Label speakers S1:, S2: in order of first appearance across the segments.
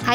S1: Hi,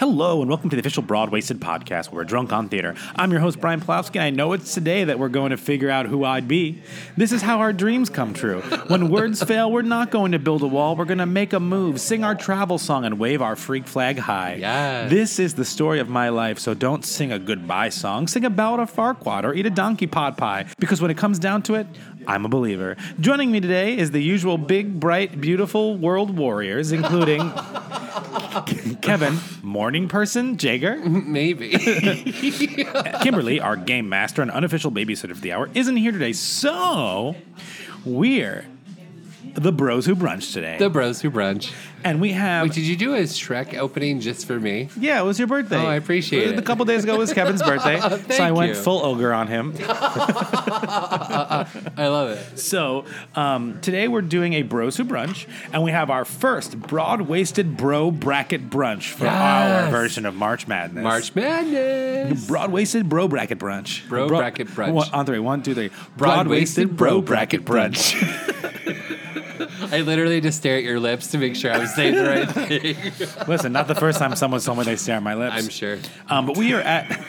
S2: Hello, and welcome to the official Broadwasted podcast where we're drunk on theater. I'm your host, Brian Plofsky, and I know it's today that we're going to figure out who I'd be. This is how our dreams come true. When words fail, we're not going to build a wall. We're going to make a move, sing our travel song, and wave our freak flag high.
S3: Yes.
S2: This is the story of my life, so don't sing a goodbye song. Sing a ballad of Farquaad or eat a donkey pod pie, because when it comes down to it, I'm a believer. Joining me today is the usual big, bright, beautiful world warriors, including Kevin, morning person, Jager.
S3: Maybe.
S2: Kimberly, our game master and unofficial babysitter of the hour, isn't here today. So we're the bros who brunch today.
S4: The Bros Who Brunch.
S2: and we have.
S4: Wait, did you do a Shrek opening just for me?
S2: yeah, it was your birthday.
S4: Oh, I appreciate
S2: A
S4: it. Oh,
S2: couple days ago was Kevin's birthday. so I
S4: Thank
S2: went
S4: you.
S2: full ogre on him.
S4: I love it.
S2: So um, today we're doing a Bros Who Brunch, and we have our first broad waisted bro bracket brunch for our
S4: Yes.
S2: version of March Madness.
S4: March Madness.
S2: Broad waisted bro bracket brunch.
S4: Bro bracket brunch.
S2: One, on three. One, two, three.
S4: Broad
S2: Broad-waisted
S4: waisted bro bracket I literally just stare at your lips to make sure I was saying the right thing.
S2: Listen, not the first time someone's told me they stare at my lips.
S4: I'm sure.
S2: Um, but we are at.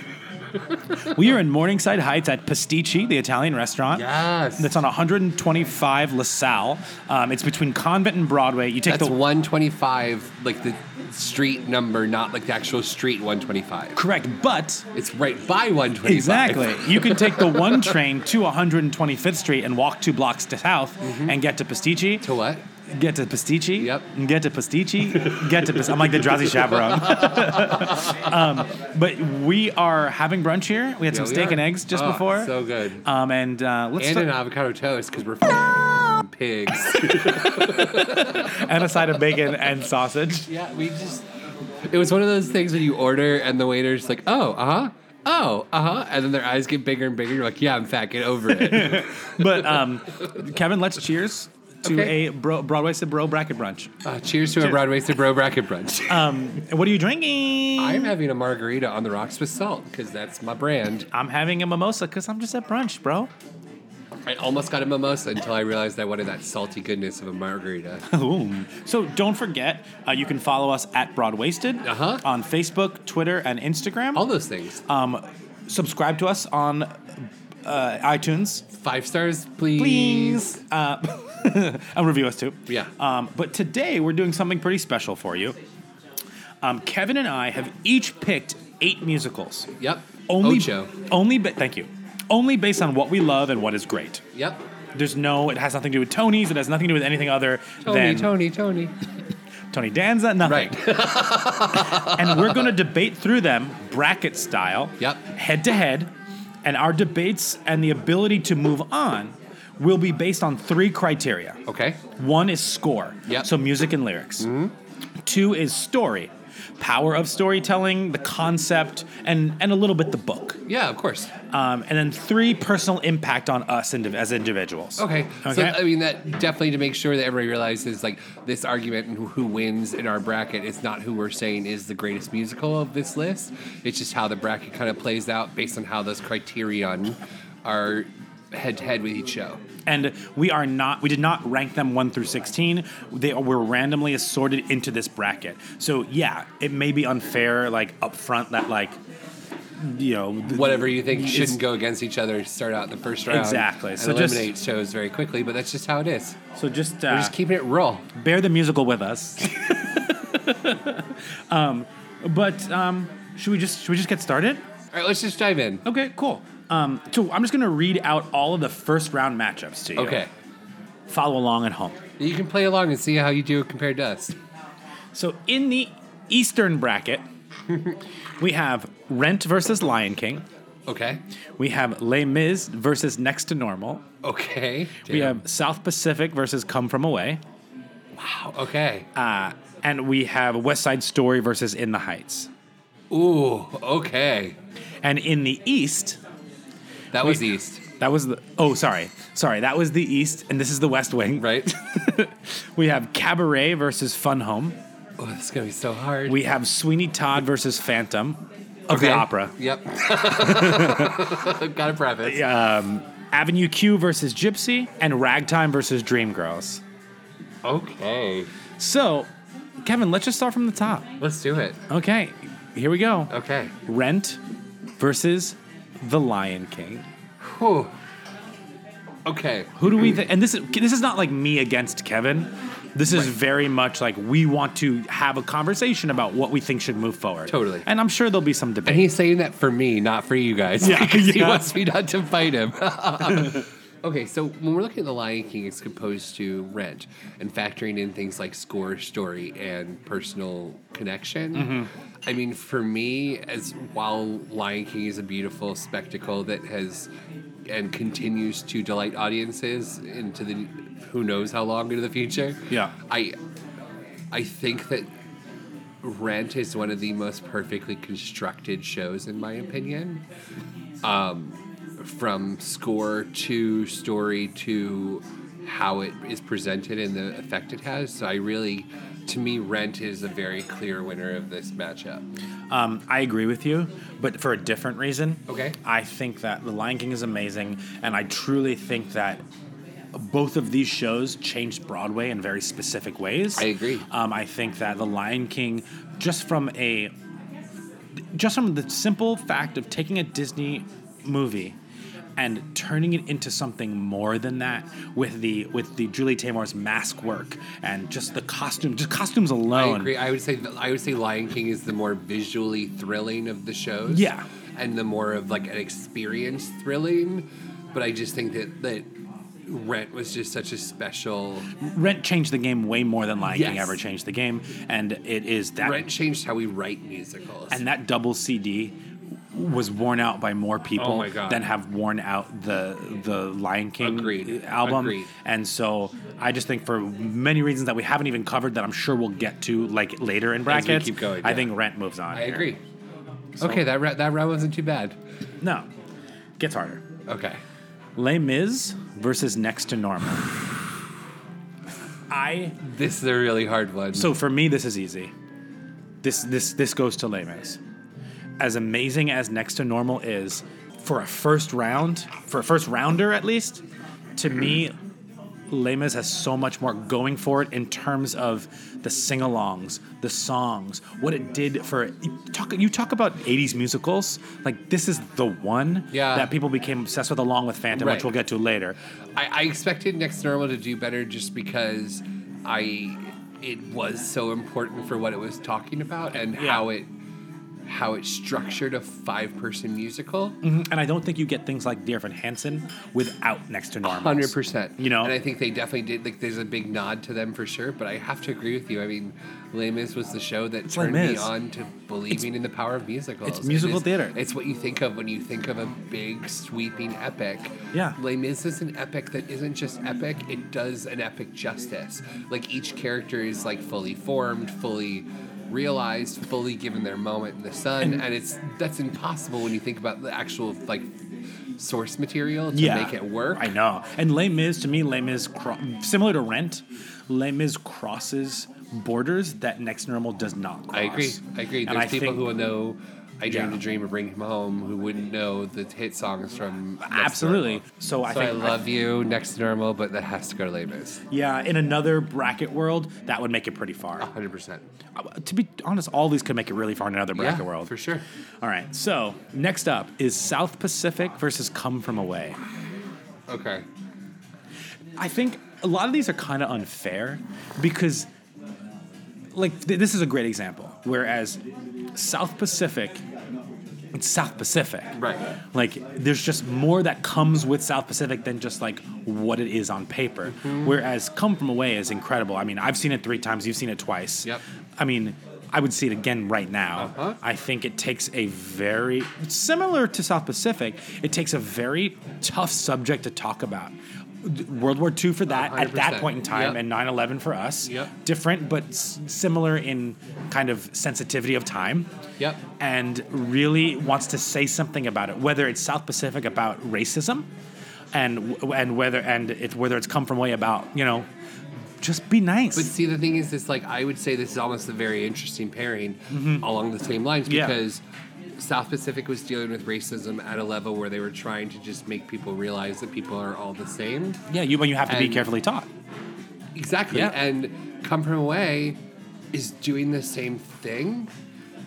S2: we are in Morningside Heights at Pasticci, the Italian restaurant.
S4: Yes.
S2: That's on 125 LaSalle. Um, it's between Convent and Broadway. You take
S4: That's
S2: the
S4: 125, like the street number, not like the actual street 125.
S2: correct, but
S4: It's right by 125.
S2: Exactly. you can take the one train to 125th Street and walk two blocks to south and get to Pastici.
S4: Mm-hmm. To what?
S2: Get to Pastici.
S4: Yep.
S2: And Get to Pastici. get to Pas- I'm like the drowsy chaperone. um, but we are having brunch here. We had some
S4: Yeah, we
S2: steak
S4: are.
S2: and eggs just
S4: Oh,
S2: before.
S4: so good.
S2: Um, and uh, let's
S4: And
S2: start-
S4: an avocado toast because we're f***ing pigs.
S2: and a side of bacon and sausage.
S4: Yeah, we just. It was one of those things when you order and the waiter's like, oh, uh huh. Oh, uh huh. And then their eyes get bigger and bigger. You're like, yeah, I'm fat. Get over it.
S2: But um, Kevin, let's cheers to
S4: Okay.
S2: a bro- Broadway to Bro bracket brunch.
S4: Uh, cheers to a Broadway to Bro Bracket Brunch.
S2: Um, What are you drinking?
S4: I'm having a margarita on the rocks with salt because that's my brand.
S2: I'm having a mimosa because I'm just at brunch, bro.
S4: I almost got a mimosa until I realized I wanted that salty goodness of a margarita.
S2: Boom. So don't forget, uh, you can follow us at Broadwasted
S4: Uh-huh.
S2: on Facebook, Twitter, and Instagram.
S4: All those things.
S2: um, subscribe to us on uh, iTunes,
S4: Five stars, please.
S2: please, uh, and review us too.
S4: Yeah.
S2: Um, but today we're doing something pretty special for you. Um, Kevin and I have each picked eight musicals.
S4: Yep.
S2: Only,
S4: Ocho.
S2: only, ba- thank you. Only based on what we love and what is great.
S4: Yep.
S2: There's no, it has nothing to do with Tony's. It has nothing to do with anything other
S4: Tony,
S2: than
S4: Tony, Tony.
S2: Tony Danza. Nothing.
S4: Right.
S2: and we're going to debate through them bracket style,
S4: Yep.
S2: head to head, and our debates and the ability to move on will be based on three criteria.
S4: okay.
S2: One is score,
S4: Yep. Mm-hmm.
S2: so music and lyrics. Two is story, power of storytelling, the concept, and and a little bit the book.
S4: Yeah, of course.
S2: Um, and then three, personal impact on us indiv- as individuals.
S4: Okay.
S2: Okay.
S4: So I mean that definitely to make sure that everybody realizes like this argument and who- who wins in our bracket is not who we're saying is the greatest musical of this list. It's just how the bracket kind of plays out based on how those criterion are head to head with each show.
S2: and we are not we did not rank them 1 through 16 they were randomly assorted into this bracket so yeah it may be unfair like up front that like you know th-
S4: Whatever you think
S2: it's-
S4: shouldn't go against each other to start out in the first round.
S2: Exactly.
S4: And
S2: So just-
S4: eliminate shows very quickly, but that's just how it is.
S2: so just
S4: We're
S2: uh,
S4: just keeping it raw.
S2: bear the musical with us um but um should we just should we just get started
S4: All right, let's just dive in.
S2: okay cool um so i'm just gonna read out all of the first round matchups to you
S4: Okay.
S2: follow along at home
S4: You can play along and see how you do compared to us.
S2: So in the Eastern bracket, we have Rent versus Lion King.
S4: Okay.
S2: We have Les Mis versus Next to Normal.
S4: Okay.
S2: We
S4: Damn.
S2: have South Pacific versus Come From Away.
S4: Okay.
S2: Uh, and we have West Side Story versus In the Heights.
S4: Ooh. Okay.
S2: And in the East,
S4: That was East,
S2: that was the. Oh, sorry. Sorry. That was the East, and this is the West Wing.
S4: right?
S2: We have Cabaret versus Fun Home.
S4: oh, this is gonna be so hard.
S2: We have Sweeney Todd versus Phantom of the
S4: Okay.
S2: Opera.
S4: Yep. Got a preface.
S2: Avenue Q versus Gypsy, and Ragtime versus Dreamgirls.
S4: Okay.
S2: So, Kevin, let's just start from the top.
S4: Let's do it.
S2: Okay, here we go.
S4: Okay.
S2: Rent versus The Lion King.
S4: Whew. Okay.
S2: Who do we think? And this is this is not like me against Kevin. This is very much like we want to have a conversation about what we think should move forward.
S4: Totally.
S2: And I'm sure there'll be some
S4: And
S2: debate.
S4: he's saying that for me, not for you guys.
S2: Yeah,
S4: because he
S2: yeah.
S4: wants me not to fight him. okay, so when we're looking at The Lion King, it's composed to rent and factoring in things like score, story, and personal connection. I mean, for me, as while Lion King is a beautiful spectacle that has and continues to delight audiences into the who knows how long into the future.
S2: Yeah.
S4: I I think that Rent is one of the most perfectly constructed shows, in my opinion. Um, from score to story to how it is presented and the effect it has. So I really, to me, Rent is a very clear winner of this matchup.
S2: Um, I agree with you, but for a different reason.
S4: Okay.
S2: I think that The Lion King is amazing, and I truly think that both of these shows changed Broadway in very specific ways.
S4: I agree.
S2: Um, I think that The Lion King, just from a just from the simple fact of taking a Disney movie and turning it into something more than that with the with the Julie Taymor's mask work and just the costume just costumes alone
S4: I agree. I would say that I would say Lion King is the more visually thrilling of the shows.
S2: Yeah.
S4: and the more of like an experience thrilling. But I just think that that Rent was just such a special.
S2: Rent changed the game way more than Lion King
S4: Yes.
S2: ever changed the game, and it is that
S4: Rent changed how we write musicals.
S2: and that double CD was worn out by more people
S4: Oh my God.
S2: than have worn out the the Lion King
S4: Agreed.
S2: album.
S4: Agreed.
S2: And so I just think for many reasons that we haven't even covered that I'm sure we'll get to like later in
S4: we
S2: brackets.
S4: keep going,
S2: I
S4: yeah.
S2: think Rent moves on.
S4: I
S2: here.
S4: agree. okay, that ra- that round wasn't too bad.
S2: No, gets harder.
S4: Okay.
S2: Les Mis versus Next to Normal. I
S4: This is a really hard one.
S2: So for me, this is easy. This this this goes to Les Mis. As amazing as Next to Normal is, for a first round, for a first rounder at least, to me, Les Mis has so much more going for it in terms of the sing-alongs, the songs, what it did for you talk. You talk about '80s musicals, like this is the one
S4: Yeah.
S2: that people became obsessed with, along with Phantom,
S4: Right.
S2: which we'll get to later.
S4: I, I expected Next to Normal to do better just because I it was so important for what it was talking about and
S2: Yeah.
S4: how it how it structured a five person musical.
S2: And I don't think you get things like Dear Evan Hansen without Next to Normal.
S4: Hundred percent.
S2: You know?
S4: and I think they definitely did. Like, there's a big nod to them for sure. But I have to agree with you. I mean, Les Mis was the show that
S2: Les
S4: turned me
S2: Mis.
S4: on to believing in the power of musicals.
S2: it's musical
S4: It is-
S2: theater.
S4: It's what you think of when you think of a big sweeping epic.
S2: Yeah.
S4: Les Mis is an epic that isn't just epic. It does an epic justice. Like each character is like fully formed, fully realized, fully given their moment in the sun, and it's that's impossible when you think about the actual like source material to make it work.
S2: I know. And Les Mis, to me, Les Mis, cro- similar to Rent, Les Mis crosses borders that Next Normal does not cross.
S4: I agree. I agree.
S2: And
S4: There's people
S2: think-
S4: who will know I Dreamed
S2: Yeah.
S4: a Dream of Bringing Him Home who wouldn't know the hit songs from Next to
S2: Absolutely.
S4: Normal.
S2: So I think-
S4: I Love You, Next to Normal, but that has to go to Les Mis.
S2: Yeah, in another bracket world, that would make it pretty far.
S4: 100%.
S2: Uh, To be honest, all these could make it really far in another bracket
S4: yeah,
S2: world.
S4: For sure.
S2: All right, so next up is South Pacific versus Come From Away.
S4: Okay.
S2: I think a lot of these are kind of unfair because, like, th- this is a great example. Whereas South Pacific, it's South Pacific.
S4: Right.
S2: Like, there's just more that comes with South Pacific than just like what it is on paper.
S4: Mm-hmm.
S2: Whereas Come From Away is incredible. I mean, I've seen it three times, you've seen it twice.
S4: Yep.
S2: I mean, I would see it again right now.
S4: Uh-huh.
S2: I think it takes a very similar to South Pacific. It takes a very tough subject to talk about. World War II for that at that
S4: 100%.
S2: point in time,
S4: Yep.
S2: and 9/11 for us.
S4: Yep.
S2: Different but s- similar in kind of sensitivity of time.
S4: Yep.
S2: And really wants to say something about it, whether it's South Pacific about racism, and w- and whether and it's whether it's come from way about you know, just be nice.
S4: But see, the thing is, it's like I would say this is almost a very interesting pairing along the same lines
S2: Mm-hmm. Yeah.
S4: because South Pacific was dealing with racism at a level where they were trying to just make people realize that people are all the same.
S2: yeah, you but you have to be
S4: And-
S2: carefully taught.
S4: Exactly.
S2: Yeah.
S4: And Come From Away is doing the same thing.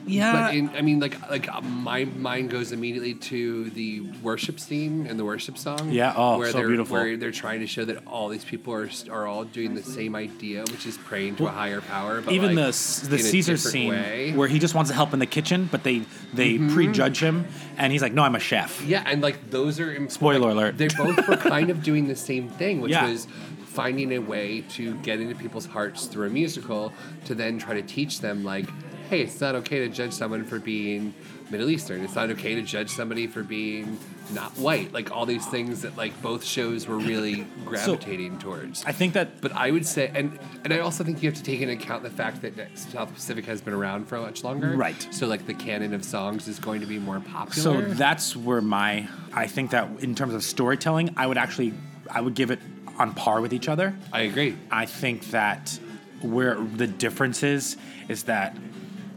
S2: Yeah.
S4: But in, I mean, like, like uh, my mind goes immediately to the worship scene and the worship song.
S2: Yeah, oh,
S4: where
S2: so
S4: they're,
S2: beautiful.
S4: Where they're trying to show that all these people are are all doing the same idea, which is praying to a higher power. But
S2: even
S4: like,
S2: the s- the
S4: in a
S2: Caesar
S4: different
S2: scene
S4: way. Mm-hmm.
S2: where he just wants to help in the kitchen, but they they prejudge him, and he's like, "No, I'm a chef."
S4: Yeah, and like those are imp-
S2: Spoiler
S4: like,
S2: alert.
S4: They both were kind of doing the same thing, which
S2: Yeah.
S4: was finding a way to get into people's hearts through a musical to then try to teach them like, hey, it's not okay to judge someone for being Middle Eastern. It's not okay to judge somebody for being not white. Like all these things that like both shows were really gravitating towards.
S2: I think that
S4: But I would say, and and I also think you have to take into account the fact that South Pacific has been around for much longer,
S2: Right.
S4: So like the canon of songs is going to be more
S2: so
S4: popular.
S2: that's where my I think that in terms of storytelling, I would actually I would give it on par with each other.
S4: I agree.
S2: I think that where the difference is is that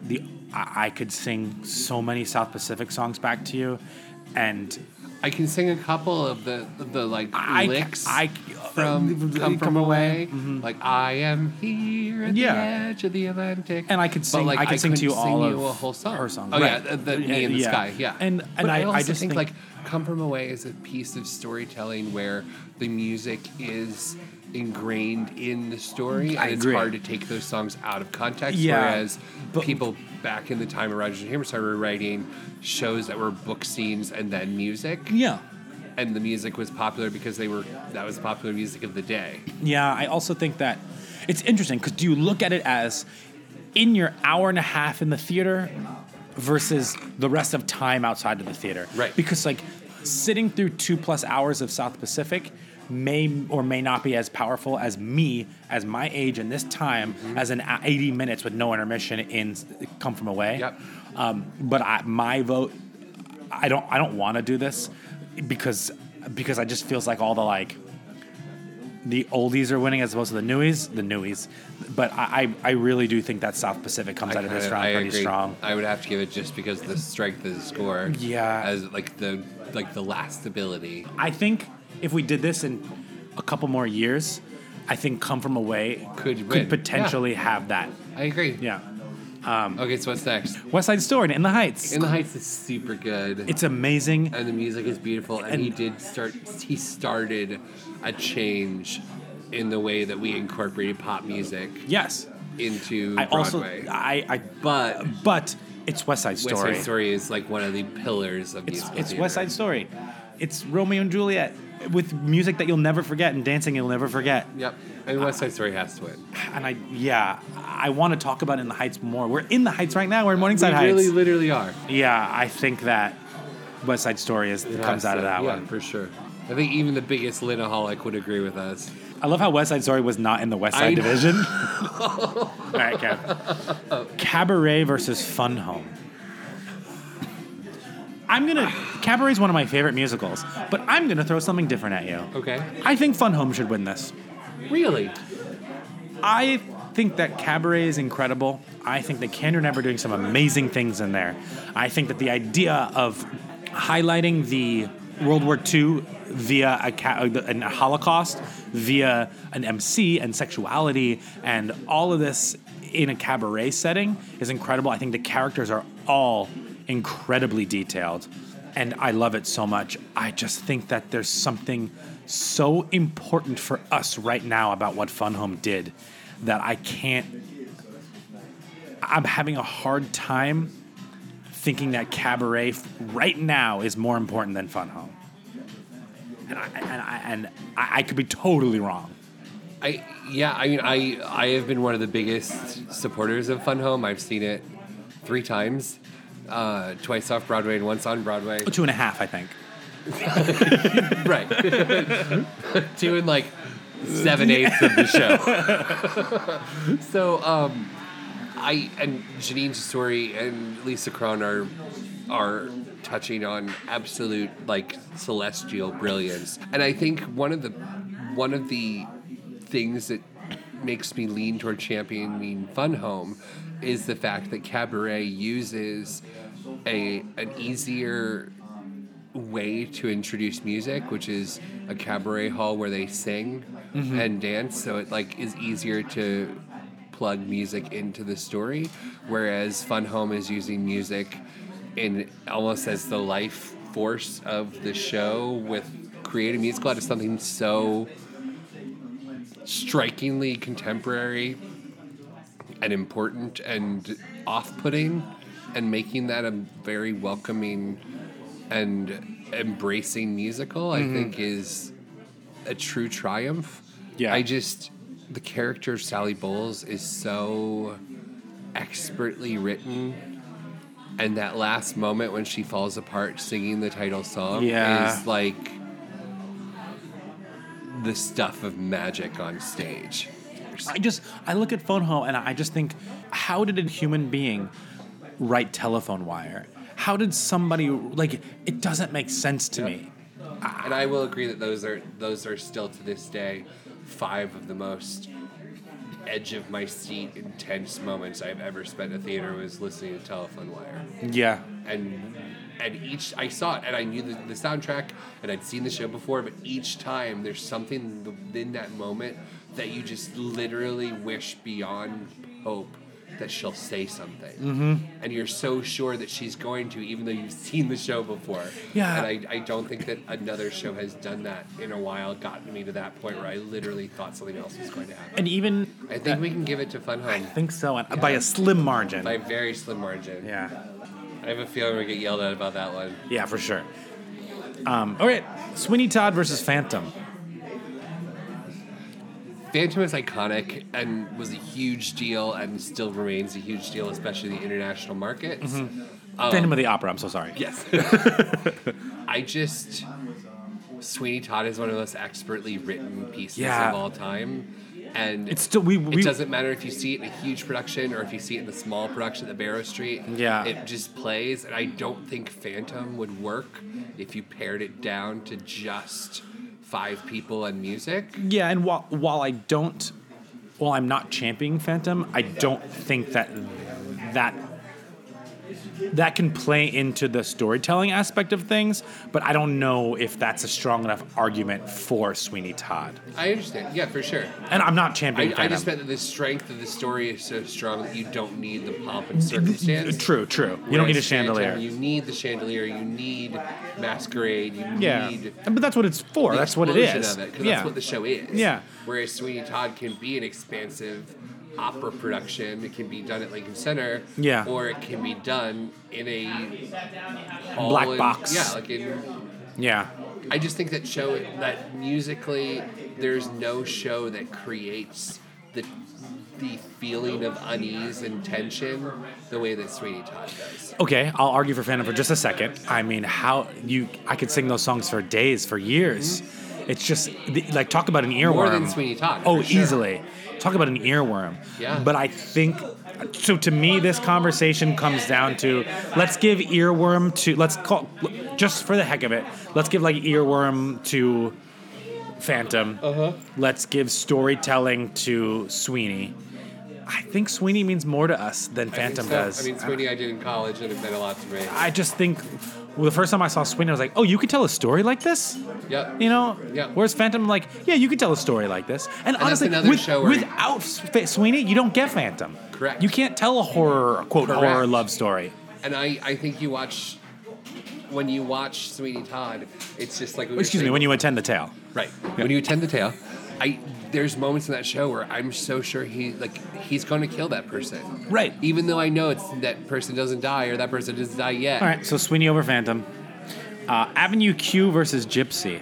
S2: the I I could sing so many South Pacific songs back to you, and
S4: I can sing a couple of the the like
S2: I-
S4: licks
S2: I- uh,
S4: from Come From Away. Like I am here at
S2: Mm-hmm. Yeah.
S4: the edge of the Atlantic,
S2: And I could
S4: But,
S2: sing- I could sing to you
S4: couldn't
S2: all
S4: sing you
S2: of
S4: a whole song.
S2: her songs,
S4: Oh
S2: right.
S4: yeah, the, the,
S2: Yeah,
S4: me in the
S2: yeah.
S4: sky. Yeah,
S2: And-
S4: But
S2: and I- I
S4: also
S2: just
S4: think,
S2: think-
S4: like Come From Away is a piece of storytelling where the music is ingrained in the story,
S2: I
S4: and it's
S2: agree.
S4: hard to take those songs out of context.
S2: Yeah,
S4: whereas
S2: but-
S4: people back in the time of Rogers and Hammerstein were writing shows that were book scenes and then music
S2: yeah,
S4: and the music was popular because they were that was popular music of the day.
S2: Yeah, I also think that it's interesting because do you look at it as in your hour and a half in the theater versus the rest of time outside of the theater?
S4: Right.
S2: Because like sitting through two plus hours of South Pacific may or may not be as powerful as me as my age and this time
S4: Mm-hmm.
S2: as an a- 80 minutes with no intermission in come from away
S4: Yep.
S2: um, but I, my vote i don't i don't want to do this because because i just feels like all the like the oldies are winning as opposed to the newies, the newies. But I, I, I really do think that South Pacific comes out of this
S4: kinda-
S2: round pretty
S4: agree.
S2: strong.
S4: I would have to give it just because the strength of the score.
S2: Yeah.
S4: As like the like the last ability.
S2: I think if we did this in a couple more years, I think Come From Away
S4: Could win.
S2: could potentially have that.
S4: I agree.
S2: Yeah.
S4: Okay, so what's next?
S2: West Side Story in the Heights.
S4: In the Heights is super good.
S2: it's amazing.
S4: and the music is beautiful and, he did start he started a change in the way that we incorporated pop music
S2: Yes.
S4: into
S2: I also
S4: Broadway.
S2: I, I
S4: but
S2: but it's West Side Story.
S4: West Side Story is like one of the pillars of
S2: It's
S4: musical
S2: it's
S4: theater.
S2: West Side Story. It's Romeo and Juliet with music that you'll never forget and dancing you'll never forget.
S4: Yep. And West Side Story has to win.
S2: and I yeah, I want to talk about In the Heights more. We're in the Heights right now. We're in Morningside
S4: we really,
S2: Heights.
S4: literally are.
S2: Yeah, I think that West Side Story is comes out of that
S4: yeah,
S2: one.
S4: for sure. I think even the biggest linaholic would agree with us.
S2: I love how West Side Story was not in the West Side
S4: I know.
S2: division. All right, Kev. Cabaret versus Fun Home. I'm gonna Cabaret is one of my favorite musicals, but I'm gonna throw something different at you.
S4: Okay.
S2: I think Fun Home should win this.
S4: Really?
S2: I think that Cabaret is incredible. I think that Candor and Ever are doing some amazing things in there. I think that the idea of highlighting the World War II via a, ca- a Holocaust, via an MC and sexuality, and all of this in a cabaret setting is incredible. I think the characters are all incredibly detailed, and I love it so much. I just think that there's something so important for us right now about what Fun Home did that I can't. I'm having a hard time thinking that cabaret f- right now is more important than Fun Home. And I, and I, and I, I could be totally wrong.
S4: I yeah, I mean I I have been one of the biggest supporters of Fun Home. I've seen it three times. Uh, twice off Broadway and once on Broadway.
S2: Two and a half, I think.
S4: right. Two and like seven eighths of the show. so um I and Janine Tesori and Lisa Cron are are touching on absolute like celestial brilliance. And I think one of the one of the things that makes me lean toward championing Fun Home is the fact that Cabaret uses a an easier way to introduce music, which is a cabaret hall where they sing and dance. So it like is easier to plug music into the story, whereas Fun Home is using music in almost as the life force of the show with creating musical out of something so strikingly contemporary and important and off-putting and making that a very welcoming and embracing musical i think is a true triumph
S2: Yeah.
S4: i just the character of sally bowles is so expertly written and that last moment when she falls apart singing the title song
S2: Yeah.
S4: is like the stuff of magic on stage
S2: I just I look at phone home and I just think, how did a human being write telephone wire? How did somebody like it doesn't make sense to me.
S4: and I will agree that those are those are still to this day five of the most edge of my seat intense moments I've ever spent in a theater was listening to Telephone Wire
S2: Yeah.
S4: and and each I saw it and I knew the, the soundtrack and I'd seen the show before, but each time there's something within that moment that you just literally wish beyond hope that she'll say something, mm-hmm. and you're so sure that she's going to, even though you've seen the show before.
S2: Yeah.
S4: and I, I don't think that another show has done that in a while, gotten me to that point where I literally thought something else was going to happen.
S2: And even
S4: I think we can give it to Fun
S2: I
S4: Home
S2: think so and by a slim margin.
S4: by a very slim margin.
S2: yeah.
S4: I have a feeling we get yelled at about that one.
S2: Yeah, for sure. Um, all right, Sweeney Todd versus Phantom.
S4: Phantom is iconic and was a huge deal and still remains a huge deal, especially in the international markets.
S2: Mm-hmm. Phantom of the Opera. I'm so sorry.
S4: Yes. I just Sweeney Todd is one of the most expertly written pieces
S2: Yeah.
S4: of all time. And
S2: It's still we, we
S4: it doesn't matter if you see it in a huge production or if you see it in the small production at the Barrow Street.
S2: Yeah.
S4: It just plays, and I don't think Phantom would work if you pared it down to just five people and music.
S2: Yeah, and while while I don't, while I'm not championing Phantom, I don't think that that that can play into the storytelling aspect of things. But I don't know if that's a strong enough argument for Sweeney Todd.
S4: I understand. Yeah, for sure.
S2: And I'm not championing
S4: I, I
S2: Phantom.
S4: just meant that the strength of the story is so strong that you don't need the pomp and circumstance.
S2: True, true. You don't need a
S4: Whereas Phantom,
S2: chandelier.
S4: You need the chandelier. You need masquerade. You
S2: yeah,
S4: need.
S2: but that's what it's for.
S4: the
S2: That's what it
S4: explosion
S2: is.
S4: Of it, 'cause
S2: yeah.
S4: That's what the show is.
S2: Yeah.
S4: Whereas Sweeney Todd can be an expansive opera production. It can be done at Lincoln Center.
S2: Yeah.
S4: Or it can be done in a hall
S2: Black
S4: in-
S2: box.
S4: Yeah, like in
S2: yeah.
S4: I just think that show that musically, there's no show that creates the the feeling of unease and tension the way that Sweeney Todd does.
S2: Okay, I'll argue for Phantom for just a second. I mean, how you? I could sing those songs for days, for years. It's just the- like talk about an earworm.
S4: Mm-hmm. More than Sweeney Todd,
S2: Oh,
S4: for sure.
S2: easily. Talk about an earworm.
S4: Yeah.
S2: But I think so. To me, this conversation comes down to let's give earworm to let's call just for the heck of it. Let's give like earworm to Phantom.
S4: Uh-huh.
S2: Let's give storytelling to Sweeney. I think Sweeney means more to us than Phantom
S4: I think so.
S2: does.
S4: I mean, Sweeney, I did in college, and it meant a lot to me.
S2: I just think well, the first time I saw Sweeney, I was like, oh, you could tell a story like this?
S4: Yep.
S2: You know?
S4: Yeah.
S2: Whereas Phantom, like, yeah, you could tell a story like this. And,
S4: that's
S2: honestly,
S4: another
S2: with-
S4: show where-
S2: without F- Sweeney, you don't get Phantom.
S4: Correct.
S2: You can't tell a horror, quote,
S4: Correct.
S2: horror love story.
S4: And I, I think you watch when you watch Sweeney Todd, it's just like we were
S2: Excuse me,
S4: saying-
S2: when you attend the tale.
S4: right when you attend the tale. I there's moments in that show where I'm so sure he like he's going to kill that person.
S2: Right.
S4: Even though I know it's that person doesn't die or that person doesn't die yet.
S2: All right, so Sweeney over Phantom. Uh, Avenue Q versus Gypsy.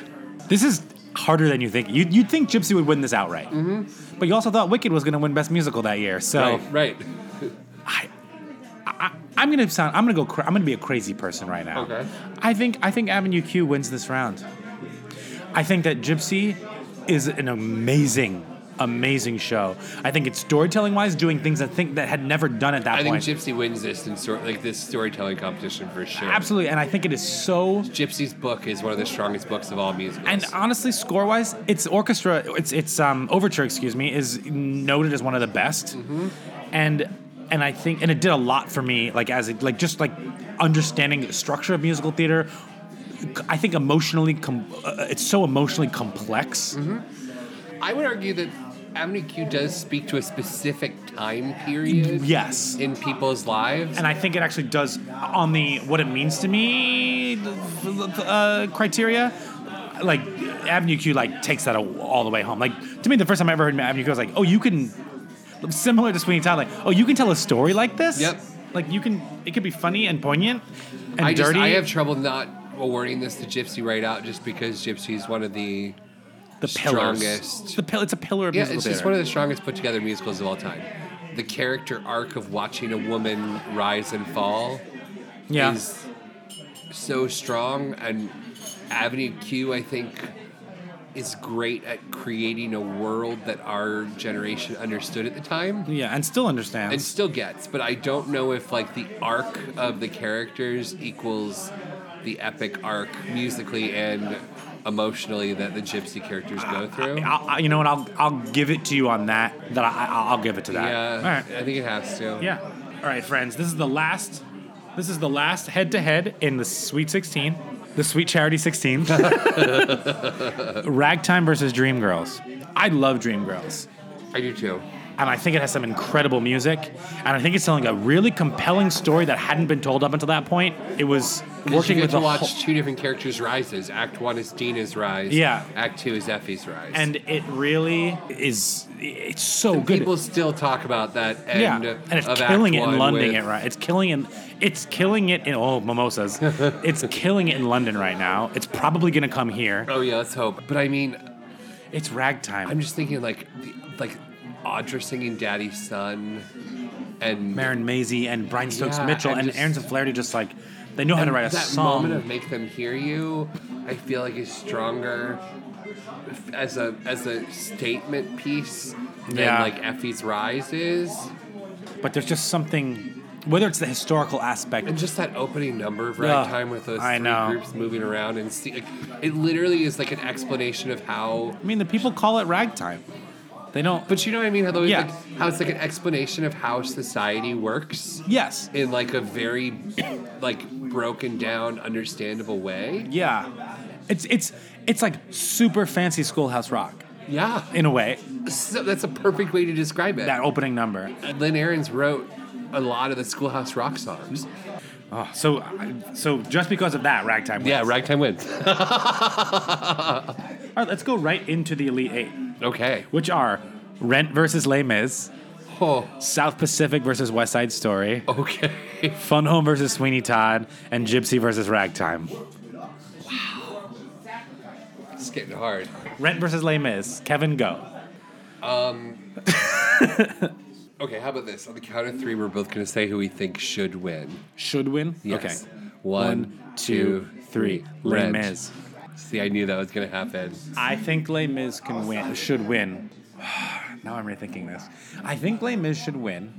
S2: This is harder than you think. You'd, you'd think Gypsy would win this outright. But you also thought Wicked was going to win Best Musical that year. So
S4: Mm-hmm. Right. Right.
S2: I, I'm going to sound, I'm going to go, cra- I'm going to be a crazy person right now.
S4: Okay.
S2: I think, I think Avenue Q wins this round. I think that Gypsy is an amazing, amazing show. I think it's storytelling wise doing things that think that had never done at that
S4: I think
S2: point.
S4: Gypsy wins this in sort like this storytelling competition for sure.
S2: Absolutely. And I think it is so
S4: Gypsy's book is one of the strongest books of all musicals.
S2: And uh, honestly, score wise, its orchestra, its its um, overture, excuse me, is noted as one of the best. And and I think and it did a lot for me, like as it, like just like understanding the structure of musical theater. I think emotionally, com- uh, it's so emotionally complex.
S4: I would argue that Avenue Q does speak to a specific time period.
S2: Yes.
S4: In people's lives.
S2: And I think it actually does on the what it means to me uh, criteria. Like Avenue Q, like takes that all the way home. Like to me, the first time I ever heard Avenue Q, I was like, oh, you can. Similar to Sweeney Todd, like, oh, you can tell a story like this.
S4: Yep.
S2: Like you can, it could be funny and poignant and
S4: I
S2: dirty.
S4: Just, I have trouble not awarding this to Gypsy right out, just because Gypsy is one of the
S2: the pillars.
S4: strongest-
S2: The pill. It's a pillar of
S4: yeah,
S2: musical
S4: it's just
S2: theater.
S4: one of the strongest put together musicals of all time. The character arc of watching a woman rise and fall
S2: yeah.
S4: is so strong, and Avenue Q, I think. Is great at creating a world that our generation understood at the time.
S2: yeah, and still understands.
S4: and still gets but i don't know if like the arc of the characters equals the epic arc musically and emotionally that the gypsy characters go through
S2: Uh, I, I, you know what? I'll I'll give it to you on that. That I, I- I'll give it to that.
S4: yeah
S2: All right.
S4: i think it has to
S2: Yeah. All right, friends. This is the last. This is the last head-to-head in the Sweet 16, the Sweet Charity 16. Ragtime versus Dreamgirls. I love Dreamgirls,
S4: i do too
S2: and I think it has some incredible music, and I think it's telling a really compelling story that hadn't been told up until that point. It was
S4: 'Cause
S2: working
S4: you get
S2: with
S4: to
S2: the
S4: watch
S2: whole-
S4: two different characters' rises. Act one is Dina's rise.
S2: Yeah.
S4: Act two is Effie's rise.
S2: and it really is. It's so
S4: And
S2: good.
S4: people still talk about that end
S2: yeah, and it's
S4: of
S2: killing it
S4: Act
S2: in
S4: One
S2: London it
S4: with-
S2: right. It's killing it. It's killing it in oh mimosas. it's killing it in London right now. It's probably gonna come here.
S4: Oh yeah, let's hope. But I mean,
S2: It's ragtime.
S4: I'm just thinking like, the, like Audra singing "Daddy's Son," and
S2: Marin Maisie and Brian Stokes
S4: Yeah,
S2: Mitchell
S4: I'm
S2: and
S4: just-
S2: Aaron Flaherty just like they know how to write a
S4: that
S2: song.
S4: moment of make them hear you, I feel like is stronger as a as a statement piece than
S2: Yeah.
S4: like Effie's rise is,
S2: but there's just something, whether it's the historical aspect.
S4: and just that opening number of
S2: Yeah,
S4: ragtime with those
S2: I
S4: three
S2: know.
S4: groups moving around and see, like, it literally is like an explanation of how.
S2: I mean, the people call it ragtime. They don't.
S4: But you know what I mean? How, the way,
S2: Yeah.
S4: like, how it's like an explanation of how society works
S2: yes.
S4: in like a very like broken down, understandable way.
S2: Yeah. It's it's it's like super fancy schoolhouse rock
S4: Yeah,
S2: in a way.
S4: so that's a perfect way to describe it.
S2: That opening number.
S4: Lynn Ahrens wrote a lot of the Schoolhouse Rock songs.
S2: Oh, so so just because of that, ragtime. Wins.
S4: Yeah, Ragtime wins.
S2: All right, let's go right into the elite eight,
S4: okay.
S2: which are Rent versus Les Mis,
S4: Oh,
S2: South Pacific versus West Side Story.
S4: okay.
S2: Fun Home versus Sweeney Todd and Gypsy versus Ragtime.
S4: It's getting hard.
S2: Rent versus Les Mis. Kevin, go.
S4: Okay, how about this? On the count of three, we're both going to say who we think should win.
S2: Should win.
S4: Yes.
S2: Okay.
S4: One, two, three.
S2: Les
S4: Rent.
S2: Mis.
S4: See, I knew that was going to happen.
S2: I think Les Mis can win. Should win. now I'm rethinking this. I think Les Mis should win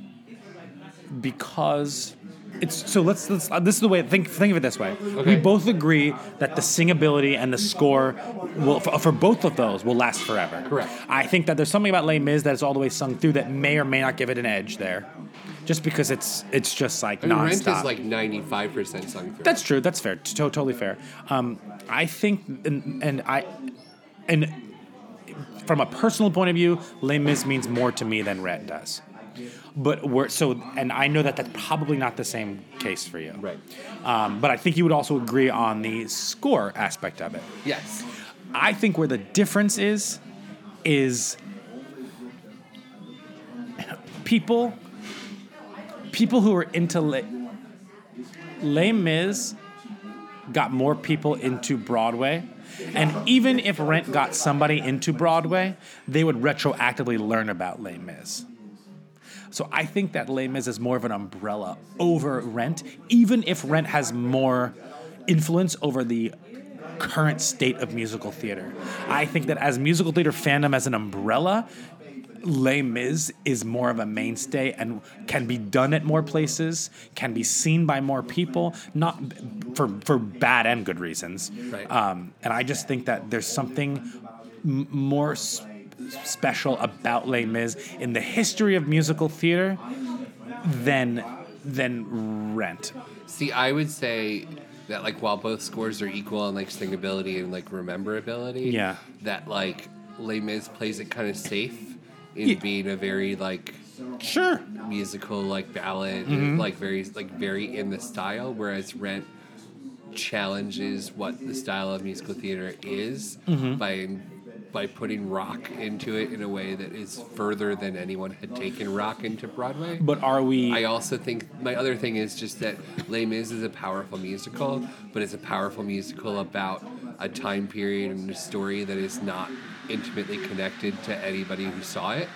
S2: because It's so let's let's uh, this is the way think think of it this way. We
S4: Okay.
S2: both agree that the singability and the score will for, for both of those will last forever.
S4: Correct.
S2: I think that there's something about Les Mis that is all the way sung through that may or may not give it an edge there, just because it's it's just like
S4: I mean, Rent
S2: nonstop.
S4: is like 95% sung through.
S2: That's true. That's fair. To- totally fair. Um, I think, and, and I, and from a personal point of view, Les Mis means more to me than Rent does. But we're so, and I know that that's probably not the same case for you.
S4: Right.
S2: Um, but I think you would also agree on the score aspect of it.
S4: Yes.
S2: I think where the difference is, is people, people who are into Le, Les Mis got more people into Broadway. And even if Rent got somebody into Broadway, they would retroactively learn about Les Mis. So I think that Les Mis is more of an umbrella over Rent, even if Rent has more influence over the current state of musical theater. I think that as musical theater fandom as an umbrella, Les Mis is more of a mainstay and can be done at more places, can be seen by more people, not for for bad and good reasons.
S4: Right.
S2: Um, and I just think that there's something m- more s- special about Les Mis in the history of musical theater than than Rent.
S4: See, I would say that like while both scores are equal in like singability and like rememberability,
S2: Yeah.
S4: that like Les Mis plays it kind of safe in
S2: Yeah.
S4: being a very like
S2: Sure.
S4: musical like ballad, like very like very in the style, whereas Rent challenges what the style of musical theater is by by putting rock into it in a way that is further than anyone had taken rock into Broadway.
S2: But are we?
S4: I also think my other thing is just that Les Mis is a powerful musical, but it's a powerful musical about a time period and a story that is not intimately connected to anybody who saw it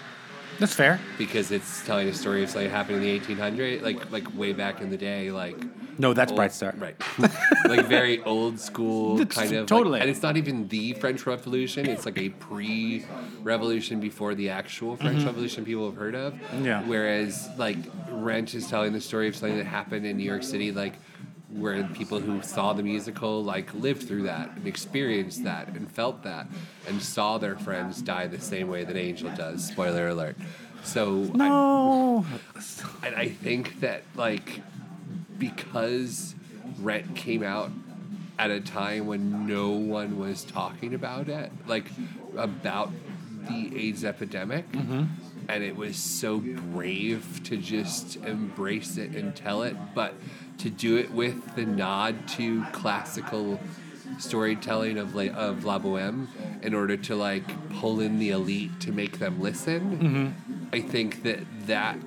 S2: that's fair.
S4: because it's telling a story of something that happened in the 1800s, like like way back in the day, like.
S2: No, that's
S4: old-
S2: Bright Star.
S4: right? like very old school
S2: That's
S4: kind of, like-
S2: totally.
S4: and it's not even the French Revolution; it's like a pre-revolution before the actual French Revolution people have heard of.
S2: Yeah.
S4: Whereas, like, Rent is telling the story of something that happened in New York City, like where people who saw the musical like lived through that and experienced that and felt that and saw their friends die the same way that Angel does. Spoiler alert. So I,
S2: Oh.
S4: and I think that like because Rent came out at a time when no one was talking about it, like about the AIDS epidemic, and it was so brave to just embrace it and tell it, but to do it with the nod to classical storytelling of La, of La Boheme in order to like pull in the elite to make them listen. I think that that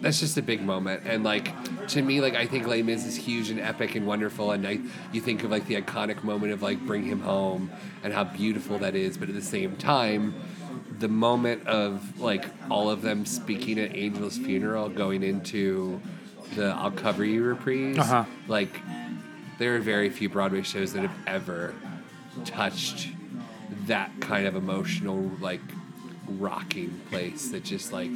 S4: that's just a big moment and like to me like i think les mis is huge and epic and wonderful and I, you think of like the iconic moment of like bring him home and how beautiful that is but at the same time the moment of like all of them speaking at angel's funeral going into the i'll cover you reprise
S2: Uh-huh.
S4: like there are very few broadway shows that have ever touched that kind of emotional like rocking place that just like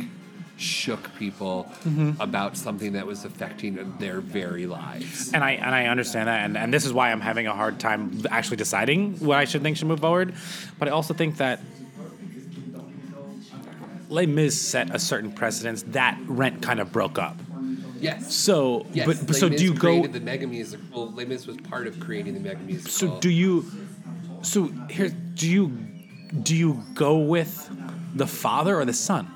S4: shook people
S2: Mm-hmm.
S4: about something that was affecting their very lives.
S2: And I and I understand that, and, and this is why I'm having a hard time actually deciding what I should think should move forward. But I also think that Les Mis set a certain precedence that Rent kind of broke up.
S4: Yes.
S2: So,
S4: yes.
S2: but, but
S4: Les
S2: so
S4: Mis
S2: do you go?
S4: created the mega musical? Well, Les Mis was part of creating the mega musical.
S2: So do you? So here, do you? Do you go with the father or the son?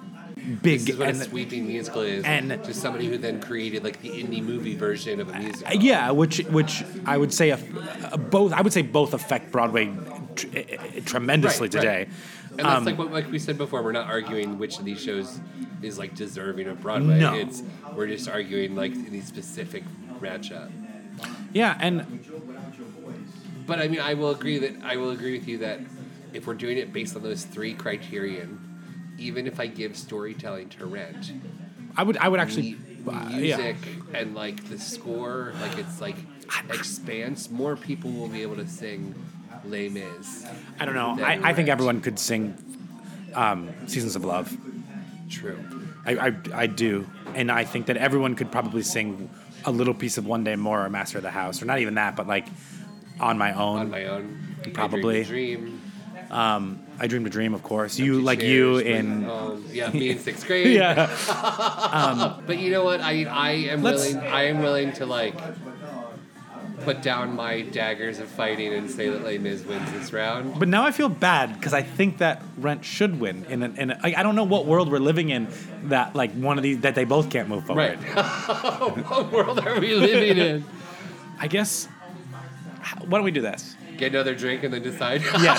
S2: Big
S4: This is what
S2: and
S4: a sweeping musical is,
S2: and-
S4: to somebody who then created like the indie movie version of a musical.
S2: Yeah, which which I would say a, a both I would say both affect Broadway tr- eh, eh, tremendously
S4: Right,
S2: today.
S4: right. And that's
S2: um,
S4: like what like we said before, we're not arguing which of these shows is like deserving of Broadway.
S2: No.
S4: It's we're just arguing like the specific matchup.
S2: Yeah, and
S4: But I mean I will agree that I will agree with you that if we're doing it based on those three criterion, even if I give storytelling to rent,
S2: I would I would actually
S4: mu-
S2: uh, yeah.
S4: music and like the score, like it's like expanse, more people will be able to sing Les Mis.
S2: I don't know.
S4: than
S2: I, I think
S4: Rent.
S2: everyone could sing um, "Seasons of Love."
S4: True.
S2: I, I I do, and I think that everyone could probably sing a little piece of One Day More or Master of the House, or not even that, but like on my own.
S4: on my own. I
S2: Probably.
S4: dreamed a dream.
S2: I dreamed a dream, of course. You like
S4: Cheers,
S2: you
S4: went
S2: in.
S4: home. yeah, me in sixth grade.
S2: Yeah,
S4: But you know what? I I am
S2: Let's-
S4: willing. I am willing to like put down my daggers of fighting and say that Les Mis wins this round.
S2: but now I feel bad because I think that Rent should win. In an, in a, like, I don't know what world we're living in that like one of these that they both can't move forward.
S4: Right. what world are we living in?
S2: I guess. h- Why don't we do this?
S4: Get another drink and then decide.
S2: Yes.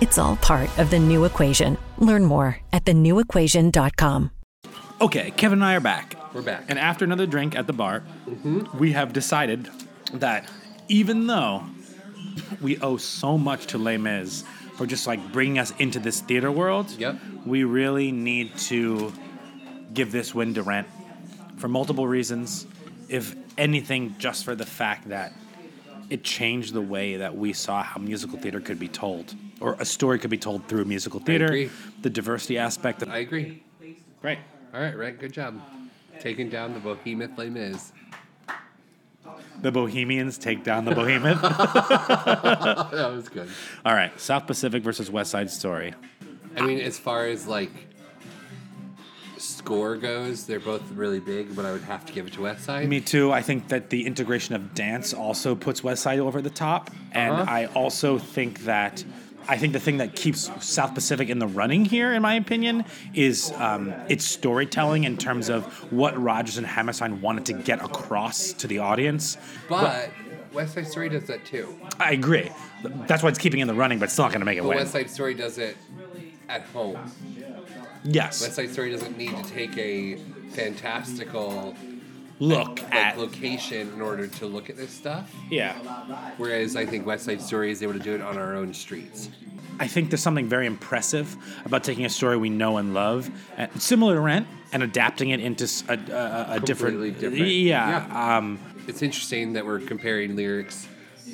S5: It's all part of the new equation. Learn more at thenewequation.com.
S2: okay, Kevin and I are back.
S4: We're back. Mm-hmm.
S2: And after another drink at the bar, we have decided that even though we owe so much to Les Mis for just like bringing us into this theater world,
S4: Yep.
S2: we really need to give this win to Rent for multiple reasons. If anything, just for the fact that it changed the way that we saw how musical theater could be told, or a story could be told through musical theater,
S4: agree.
S2: the diversity aspect.
S4: I agree.
S2: Great.
S4: All right, right. Good job. Taking down the behemoth Les Mis.
S2: The Bohemians take down the Bohemian.
S4: Oh, That was good.
S2: All right, South Pacific versus West Side Story.
S4: I mean, as far as like score goes, they're both really big, but I would have to give it to West Side.
S2: Me too. I think that the integration of dance also puts West Side over the top, and
S4: Uh-huh.
S2: I also think that I think the thing that keeps South Pacific in the running here, in my opinion, is um, its storytelling in terms of what Rogers and Hammerstein wanted to get across to the audience.
S4: But West Side Story does that too.
S2: I agree. That's why it's keeping in the running, but it's still not going to make it
S4: But
S2: win.
S4: West Side Story does it at home.
S2: yes.
S4: West Side Story doesn't need to take a fantastical
S2: Look
S4: like,
S2: at
S4: location in order to look at this stuff.
S2: yeah.
S4: Whereas I think West Side Story is able to do it on our own streets.
S2: I think there's something very impressive about taking a story we know and love, uh, similar to Rent, and adapting it into s- a, a- a, a
S4: Completely
S2: different,
S4: different.
S2: Yeah, Um,
S4: It's interesting that we're comparing lyrics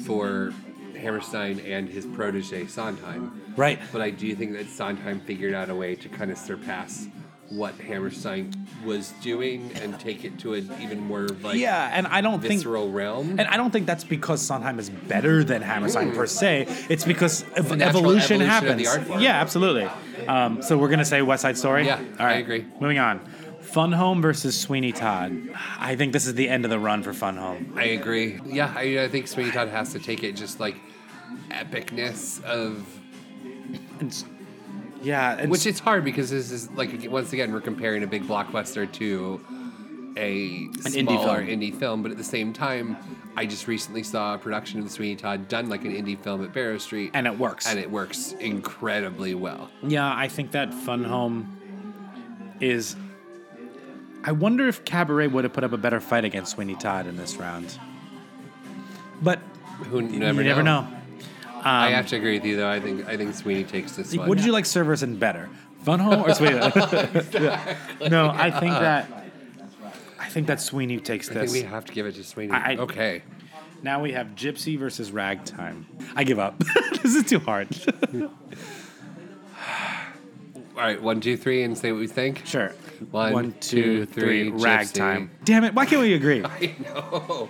S4: for Hammerstein and his protege Sondheim.
S2: right.
S4: But I do think that Sondheim figured out a way to kind of surpass what Hammerstein was doing and take it to an even more like
S2: yeah, and I don't think,
S4: visceral realm.
S2: and I don't think that's because Sondheim is better than Hammerstein per se. It's because ev-
S4: natural
S2: evolution,
S4: evolution of
S2: happens.
S4: the art form.
S2: Yeah, absolutely. Um, so we're gonna say West Side Story.
S4: Yeah,
S2: All
S4: I
S2: right.
S4: agree.
S2: Moving on. Fun Home versus Sweeney Todd. I think this is the end of the run for Fun Home.
S4: I agree. Yeah, I, I think Sweeney Todd has to take it just like epicness of
S2: And, s- yeah, and
S4: which
S2: s-
S4: it's hard because this is like once again we're comparing a big blockbuster to a
S2: indie
S4: smaller
S2: film.
S4: indie film, but at the same time, I just recently saw a production of Sweeney Todd done like an indie film at Barrow Street,
S2: And it works.
S4: and it works incredibly well.
S2: Yeah, I think that Fun Home is. I wonder if Cabaret would have put up a better fight against Sweeney Todd in this round. But
S4: Who
S2: you
S4: never
S2: never know. Um,
S4: I have to agree with you though. I think I think Sweeney takes this one.
S2: Would you like servers in better, Fun Home or Sweeney? No, I think that. I think that Sweeney takes
S4: I think
S2: this.
S4: we have to give it to Sweeney.
S2: I- I-
S4: okay,
S2: now we have Gypsy versus Ragtime. I give up. this is too hard.
S4: all right, one, two, three, and say what we think.
S2: sure.
S4: One,
S2: One, two,
S4: two,
S2: three.
S4: three, Gypsy.
S2: Ragtime. Damn it! Why can't we agree?
S4: I know.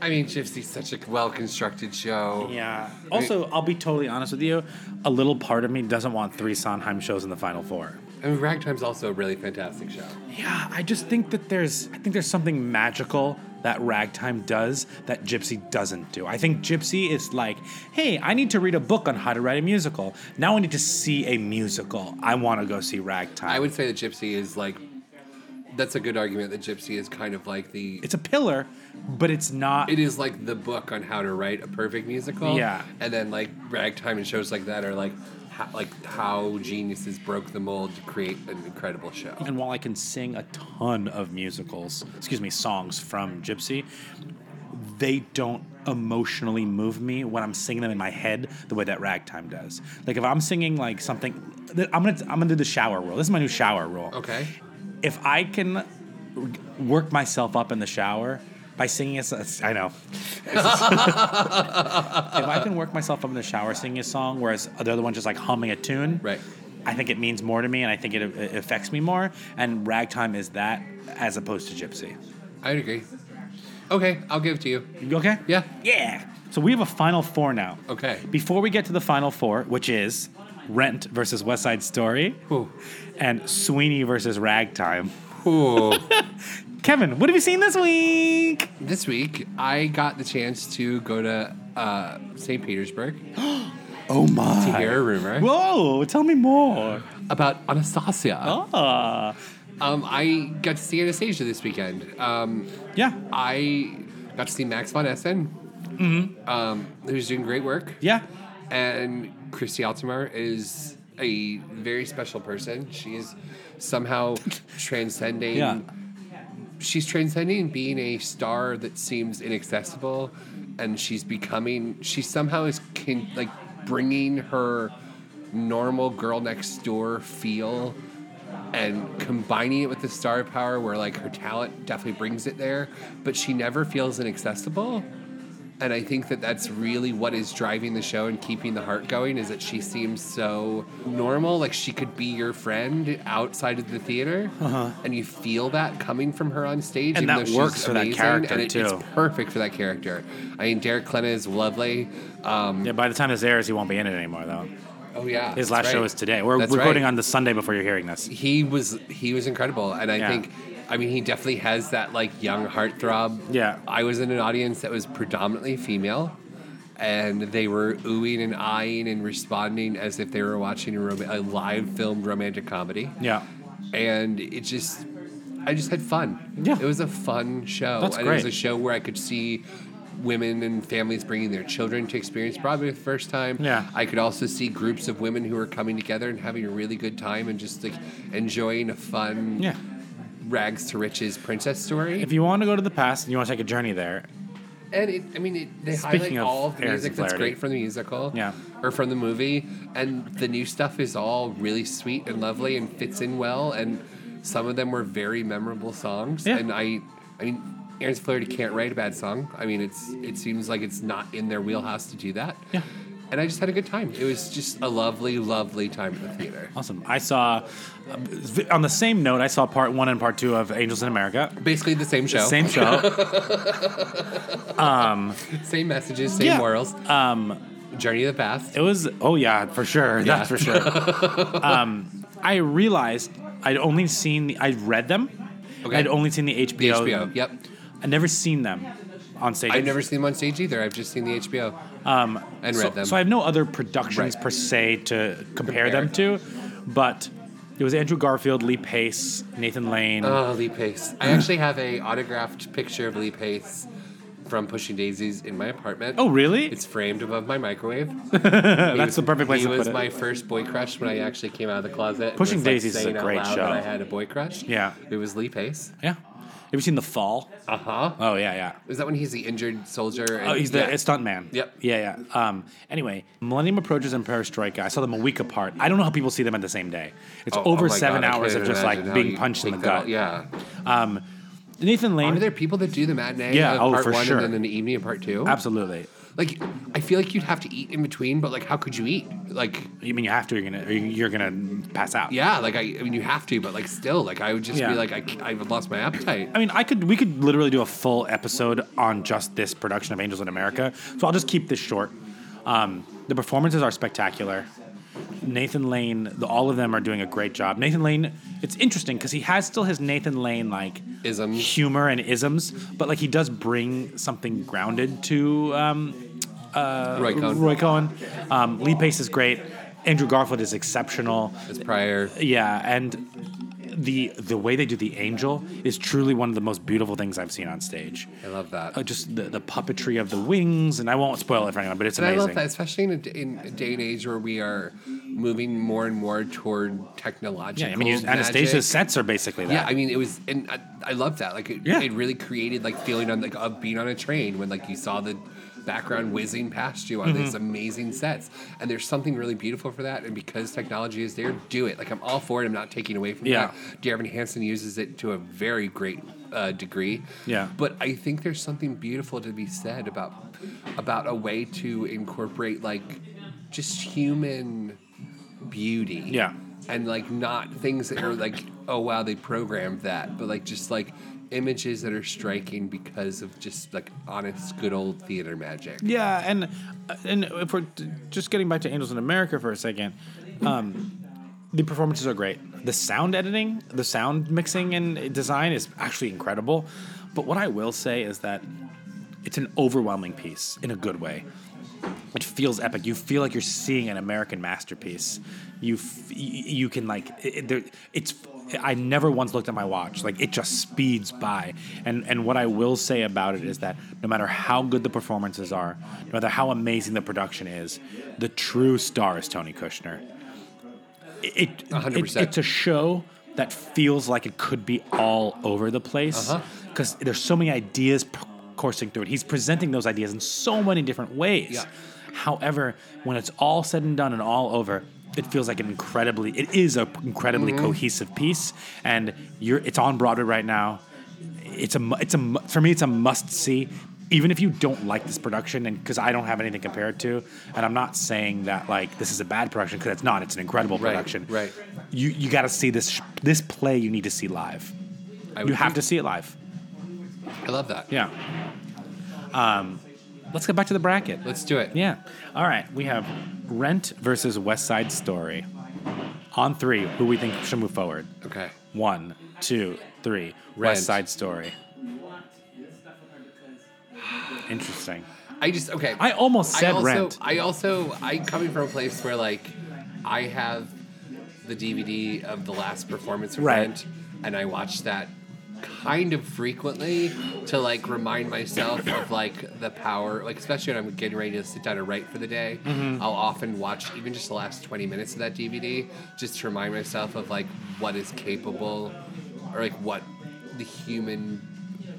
S4: I mean, Gypsy's such a well constructed show.
S2: Yeah. Also, I'll be totally honest with you. A little part of me doesn't want three Sondheim shows in the final four.
S4: I mean, Ragtime's also a really fantastic show.
S2: Yeah, I just think that there's I think there's something magical that Ragtime does that Gypsy doesn't do. I think Gypsy is like, hey, I need to read a book on how to write a musical. Now I need to see a musical. I want to go see Ragtime.
S4: I would say that Gypsy is like, that's a good argument that Gypsy is kind of like the.
S2: It's a pillar, but it's not.
S4: It is like the book on how to write a perfect musical.
S2: Yeah.
S4: And then like ragtime and shows like that are like how, like how geniuses broke the mold to create an incredible show.
S2: And while I can sing a ton of musicals, excuse me, songs from Gypsy, they don't emotionally move me when I'm singing them in my head the way that Ragtime does. Like if I'm singing like something, I'm gonna I'm gonna do the shower rule. This is my new shower rule.
S4: Okay.
S2: If I can work myself up in the shower by singing a, s- I know. if I can work myself up in the shower singing a song, whereas the other one's just like humming a tune,
S4: Right.
S2: I think it means more to me, and I think it, it affects me more. And ragtime is that, as opposed to gypsy.
S4: I'd agree. Okay, I'll give it to you.
S2: You okay?
S4: Yeah.
S2: Yeah. So we have a final four now.
S4: Okay.
S2: Before we get to the final four, which is Rent versus West Side Story,
S4: Ooh.
S2: and Sweeney versus Ragtime.
S4: Ooh.
S2: Kevin, what have you seen this week?
S4: this week, I got the chance to go to uh, St. Petersburg
S2: Oh
S4: to
S2: my!
S4: hear a rumor
S2: Whoa! Tell me more.
S4: about Anastasia.
S2: Ah.
S4: Um, I got to see Anastasia this weekend. Um,
S2: Yeah.
S4: I got to see Max von Essen,
S2: Mm-hmm.
S4: um, who's doing great work.
S2: Yeah.
S4: And Christy Altimer is a very special person. She's somehow transcending.
S2: Yeah.
S4: She's transcending being a star that seems inaccessible, and she's becoming. She somehow is can, like bringing her normal girl next door feel and combining it with the star power where like her talent definitely brings it there but she never feels inaccessible and i think that that's really what is driving the show and keeping the heart going is that she seems so normal like she could be your friend outside of the theater and you feel that coming from her on stage
S2: Uh-huh. And
S4: even
S2: that
S4: though she's
S2: works for that
S4: amazing,
S2: character,
S4: and it-
S2: too.
S4: it's perfect for that character i mean derek Klena is lovely um,
S2: Yeah. By the time this airs, he won't be in it anymore, though.
S4: oh yeah
S2: His
S4: that's
S2: last show
S4: right.
S2: is today. We're
S4: That's
S2: recording
S4: right.
S2: on the Sunday before you're hearing this.
S4: he was he was incredible and i
S2: Yeah.
S4: think i mean he definitely has that like young heartthrob
S2: Yeah.
S4: i was in an audience that was predominantly female and they were oohing and eyeing and responding as if they were watching a, rom- a live filmed romantic comedy
S2: Yeah.
S4: and it just I just had fun.
S2: Yeah.
S4: It was a fun show.
S2: That's
S4: and it was
S2: great.
S4: a show where I could see women and families bringing their children to experience Broadway for the first time.
S2: Yeah.
S4: I could also see groups of women who are coming together and having a really good time and just like enjoying a fun
S2: Yeah.
S4: rags to riches princess story.
S2: If you want to go to the past and you want to take a journey there,
S4: And it, I mean, it, they
S2: Speaking
S4: highlight
S2: of
S4: all of the
S2: Aaron
S4: music that's
S2: Clarity.
S4: great from the musical,
S2: Yeah.
S4: or from the movie, and the new stuff is all really sweet and lovely and fits in well. And some of them were very memorable songs.
S2: Yeah.
S4: And I, I mean, Aaron's Flaherty can't write a bad song. I mean, it's it seems like it's not in their wheelhouse to do that.
S2: Yeah.
S4: And I just had a good time. It was just a lovely, lovely time at the theater.
S2: Awesome. I saw, uh, on the same note, I saw part one and part two of Angels in America.
S4: Basically the same show,
S2: Same show.
S4: same messages, same
S2: Yeah.
S4: morals. Um, Journey of the Past.
S2: it was, oh yeah, for sure.
S4: Yeah.
S2: That's for sure. um, I realized I'd only seen, the, I'd read them.
S4: Okay.
S2: I'd only seen the HBO.
S4: The HBO. Yep.
S2: I'd never seen them on stage.
S4: I've never seen them on stage either. I've just seen the HBO
S2: um,
S4: and
S2: so,
S4: read them.
S2: So I have no other productions
S4: Right.
S2: per se to compare,
S4: Compare.
S2: them to, but it was Andrew Garfield, Lee Pace, Nathan Lane.
S4: oh, Lee Pace. I actually have a autographed picture of Lee Pace from Pushing Daisies in my apartment.
S2: oh, really?
S4: It's framed above my microwave.
S2: That's the perfect place
S4: he
S2: to
S4: was
S2: put it.
S4: my first boy crush when I actually came out of the closet. and
S2: Pushing
S4: was,
S2: Daisies is a
S4: saying out
S2: great
S4: loud
S2: show.
S4: That I had a boy crush.
S2: Yeah.
S4: It was Lee Pace.
S2: yeah. Have you seen The Fall?
S4: Uh huh.
S2: Oh yeah, yeah.
S4: Is that when he's the injured soldier? and-
S2: Oh, he's the
S4: yeah.
S2: stunt man.
S4: Yep.
S2: Yeah, yeah. Um, anyway, Millennium Approaches and Perestroika. I saw them a week apart. I don't know how people see them at the same day. It's
S4: Oh, oh
S2: over
S4: my
S2: seven
S4: God, I
S2: hours
S4: can't
S2: of just
S4: imagine
S2: like
S4: how
S2: being
S4: you
S2: punched in the
S4: take that
S2: gut.
S4: all- Yeah.
S2: Um, Nathan Lane.
S4: Are there people that do the matinee?
S2: Yeah,
S4: of
S2: oh,
S4: part
S2: for
S4: one
S2: sure.
S4: And then in the evening of part two.
S2: Absolutely.
S4: Like, I feel like you'd have to eat in between, but like, how could you eat? Like,
S2: You mean you have to? You're gonna or you- you're gonna pass out.
S4: yeah, like I, I mean, you have to, but like, still, like, I would just
S2: Yeah.
S4: be like, I, c- I've lost my appetite.
S2: I mean, I could we could literally do a full episode on just this production of Angels in America. So I'll just keep this short. Um, the performances are spectacular. Nathan Lane, the, all of them are doing a great job. Nathan Lane, it's interesting because he has still his Nathan Lane like
S4: Isms.
S2: humor and isms, but like he does bring something grounded to um,
S4: Roy Cohn,
S2: Uh, Roy Cohen. Um, Lee Pace is great. Andrew Garfield is exceptional.
S4: is prior.
S2: Yeah, and the the way they do the angel is truly one of the most beautiful things I've seen on stage.
S4: I love that.
S2: Uh, just the, the puppetry of the wings, and I won't spoil it for anyone, but it's
S4: And
S2: amazing.
S4: I love that, especially in a, d- in a day and age where we are moving more and more toward technological.
S2: Yeah, I mean, you,
S4: magic.
S2: Anastasia's sets are basically that.
S4: Yeah, I mean, it was, and I, I love that. Like, it,
S2: Yeah.
S4: it really created like feeling on like of being on a train when like you saw the background whizzing past you on these
S2: Mm-hmm.
S4: amazing sets. And there's something really beautiful for that. And because technology is there, do it. Like, I'm all for it. I'm not taking away from
S2: Yeah.
S4: that. Darren Hansen uses it to a very great uh, degree.
S2: Yeah.
S4: But I think there's something beautiful to be said about about a way to incorporate like just human beauty.
S2: Yeah.
S4: And like not things that are like, oh wow, they programmed that, but like just like images that are striking because of just like honest, good old theater magic.
S2: Yeah, and and if we're t- just getting back to Angels in America for a second, um, the performances are great. The sound editing, the sound mixing and design is actually incredible. But what I will say is that it's an overwhelming piece in a good way. It feels epic. You feel like you're seeing an American masterpiece. You f- y- you can like it, it- there, it's. I never once looked at my watch. Like it just speeds by. And and what I will say about it is that no matter how good the performances are, no matter how amazing the production is, the true star is Tony Kushner. It, it- it-
S4: 100%.
S2: it's a show that feels like it could be all over the place because there's so many ideas p- coursing through it. He's presenting those ideas in so many different ways.
S4: Yeah.
S2: However, when it's all said and done and all over, it feels like an incredibly it is an incredibly cohesive piece and you're it's on Broadway right now. It's a mu- it's a mu- for me it's a must see even if you don't like this production and cuz I don't have anything compared to and I'm not saying that like this is a bad production cuz it's not it's an incredible
S4: Right,
S2: production.
S4: right.
S2: You you got to see this sh- this play you need to see live.
S4: I
S2: You
S4: would
S2: have to
S4: think-
S2: see it live.
S4: I love that.
S2: Yeah. Um let's get back to the bracket.
S4: Let's do it.
S2: Yeah. All right. We have Rent versus West Side Story. On three, who we think should move forward.
S4: Okay.
S2: One, two, three.
S4: Rent.
S2: West Side Story. Interesting.
S4: I just okay.
S2: I almost said
S4: also,
S2: Rent.
S4: I also I coming from a place where like I have the DVD of the last performance of
S2: Right.
S4: Rent, and I watch that kind of frequently to like remind myself of like the power like especially when I'm getting ready to sit down and write for the day I'll often watch even just the last 20 minutes of that DVD just to remind myself of like what is capable or like what the human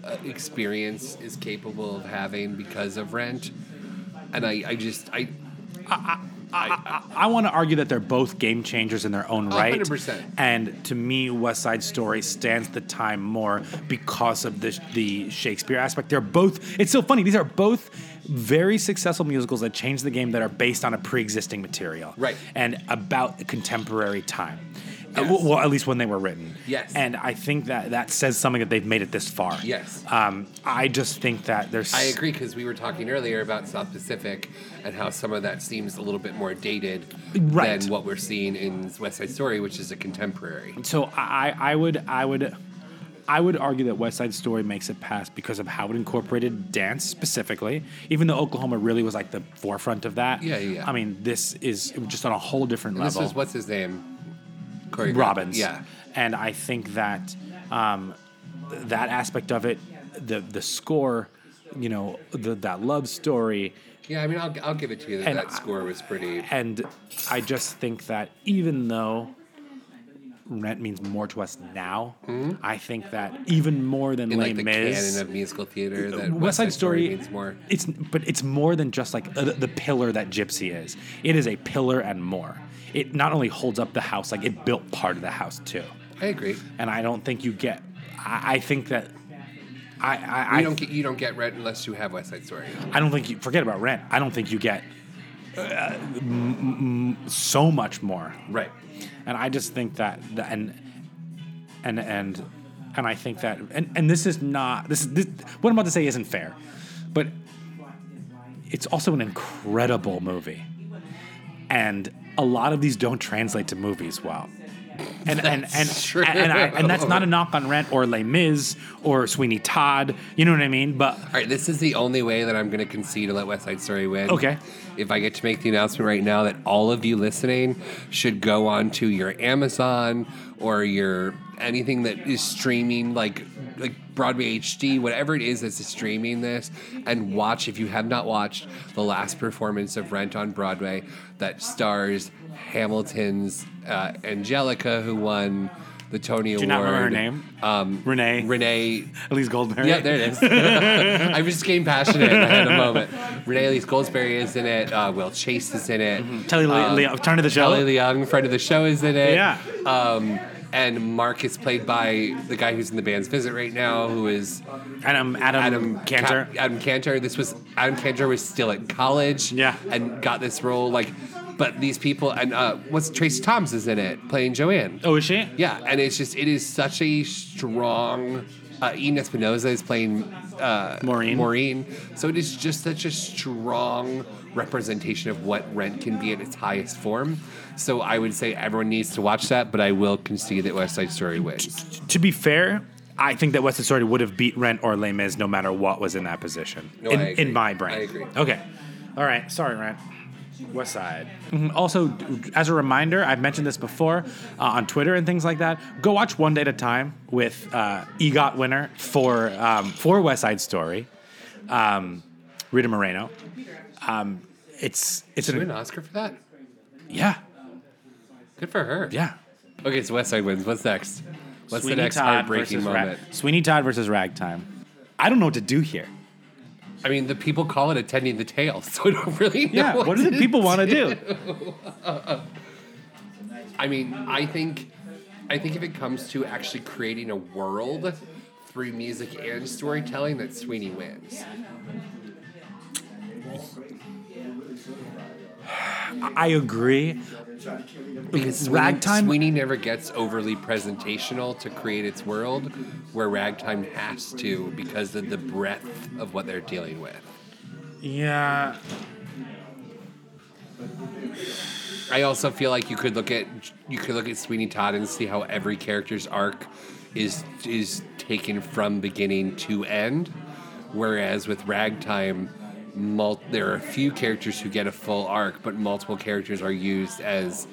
S4: uh, experience is capable of having because of rent and i, I just i
S2: I, I, want to argue that they're both game changers in their
S4: Oh,
S2: own right.
S4: 100%.
S2: And to me, West Side Story stands the time more because of the the Shakespeare aspect. They're both. It's so funny. These are both very successful musicals that change the game that are based on a pre-existing material,
S4: Right.
S2: And about contemporary time. Uh,
S4: Yes.
S2: well- well, at least when they were written.
S4: Yes.
S2: And I think that that says something that they've made it this far.
S4: Yes.
S2: Um, I just think that there's.
S4: i agree because we were talking earlier about south pacific and how some of that seems a little bit more dated
S2: Right.
S4: than what we're seeing in west side story which is a contemporary
S2: So I, I I would I would I would argue that West Side Story makes it past because of how it incorporated dance specifically. Even though Oklahoma really was like the forefront of that.
S4: Yeah, yeah, yeah.
S2: I mean, this is just on a whole different
S4: and this
S2: level.
S4: was what's his name corey
S2: Robbins.
S4: yeah
S2: And I think that um, that aspect of it, the the score, you know, the, that love story,
S4: yeah i mean i'll, I'll give it to you that
S2: And
S4: that
S2: I-
S4: score was pretty
S2: and I just think that even though rent means more to us now, I think that even more than
S4: in
S2: Les
S4: like the
S2: Mis, Uh,
S4: canon of musical theater that
S2: West Side Story.
S4: means more
S2: It's but it's more than just like uh, the pillar that Gypsy is. It is a pillar and more. It not only holds up the house, like it built part of the house too.
S4: i agree
S2: And I don't think you get. I, I think that I, I,
S4: You
S2: I
S4: don't get you don't get Rent unless you have West Side Story.
S2: I don't think you forget about rent. I don't think you get uh, m- m- so much more.
S4: Right.
S2: And I just think that that- and and and and I think that and, and this is not this, this what I'm about to say isn't fair, but it's also an incredible movie, and a lot of these don't translate to movies well. And and and,
S4: That's true.
S2: and, I, and that's not a knock on Rent or Les Mis or Sweeney Todd. You know what I mean? But
S4: All right, this is the only way that I'm going to concede to let West Side Story win.
S2: Okay.
S4: If I get to make the announcement right now that all of you listening should go on to your Amazon or your anything that is streaming, like like Broadway HD, whatever it is that's streaming this, and watch if you have not watched the last performance of Rent on Broadway that stars Hamilton's uh, Angelica, who won the Tony Award.
S2: do you not remember her name?
S4: Um,
S2: Renee.
S4: Renee
S2: Elise Goldberg.
S4: yeah, there it is. I just getting passionate. I had a moment. Renee Elise Goldsberry is in it. Uh, Will Chase is in it.
S2: Telly Le- Leung- friend of the show.
S4: Telly Leung, friend of the show, is in it.
S2: Yeah.
S4: Um, and Mark is played by the guy who's in the band's visit right now, who is
S2: Adam Adam,
S4: Adam
S2: Um, Cantor.
S4: Ca- Adam Cantor. This was Adam Cantor was still at college.
S2: Yeah.
S4: And got this role like, but these people and uh, what's Tracy Toms is in it playing Joanne.
S2: oh, is she?
S4: Yeah, and it's just it is such a strong. Uh, Eden Espinosa is playing uh,
S2: Maureen.
S4: Maureen, so it is just such a strong representation of what Rent can be in its highest form. So I would say everyone needs to watch that, but I will concede that West Side Story wins.
S2: To be fair, I think that West Side Story would have beat Rent or Les Mis no matter what was in that position.
S4: No,
S2: in,
S4: I agree.
S2: in my brain.
S4: I agree.
S2: Okay. All right. Sorry, Rent. West Side. Mhm. Also, d- as a reminder, I've mentioned this before uh, on Twitter and things like that. Go watch One Day at a Time with uh, EGOT winner for um, for West Side Story, um, Rita Moreno. Um, it's it's
S4: Did you win
S2: an,
S4: an Oscar for that?
S2: yeah
S4: Good for her.
S2: yeah
S4: Okay, so West Side wins. What's next? What's the next heartbreaking
S2: versus Rag-
S4: moment?
S2: Sweeney Todd versus Ragtime. I don't know what to do here.
S4: I mean, the people call it attending the tail, so I don't really know.
S2: Yeah, what, do the people want to do?
S4: I mean, I think, I think if it comes to actually creating a world through music and storytelling, that Sweeney wins.
S2: I agree.
S4: Because Sweeney,
S2: Ragtime-
S4: Sweeney never gets overly presentational to create its world, where Ragtime has to because of the breadth of what they're dealing with.
S2: Yeah,
S4: I also feel like you could look at you could look at Sweeney Todd and see how every character's arc is is taken from beginning to end, whereas with Ragtime, mul- there are a few characters who get a full arc, but multiple characters are used as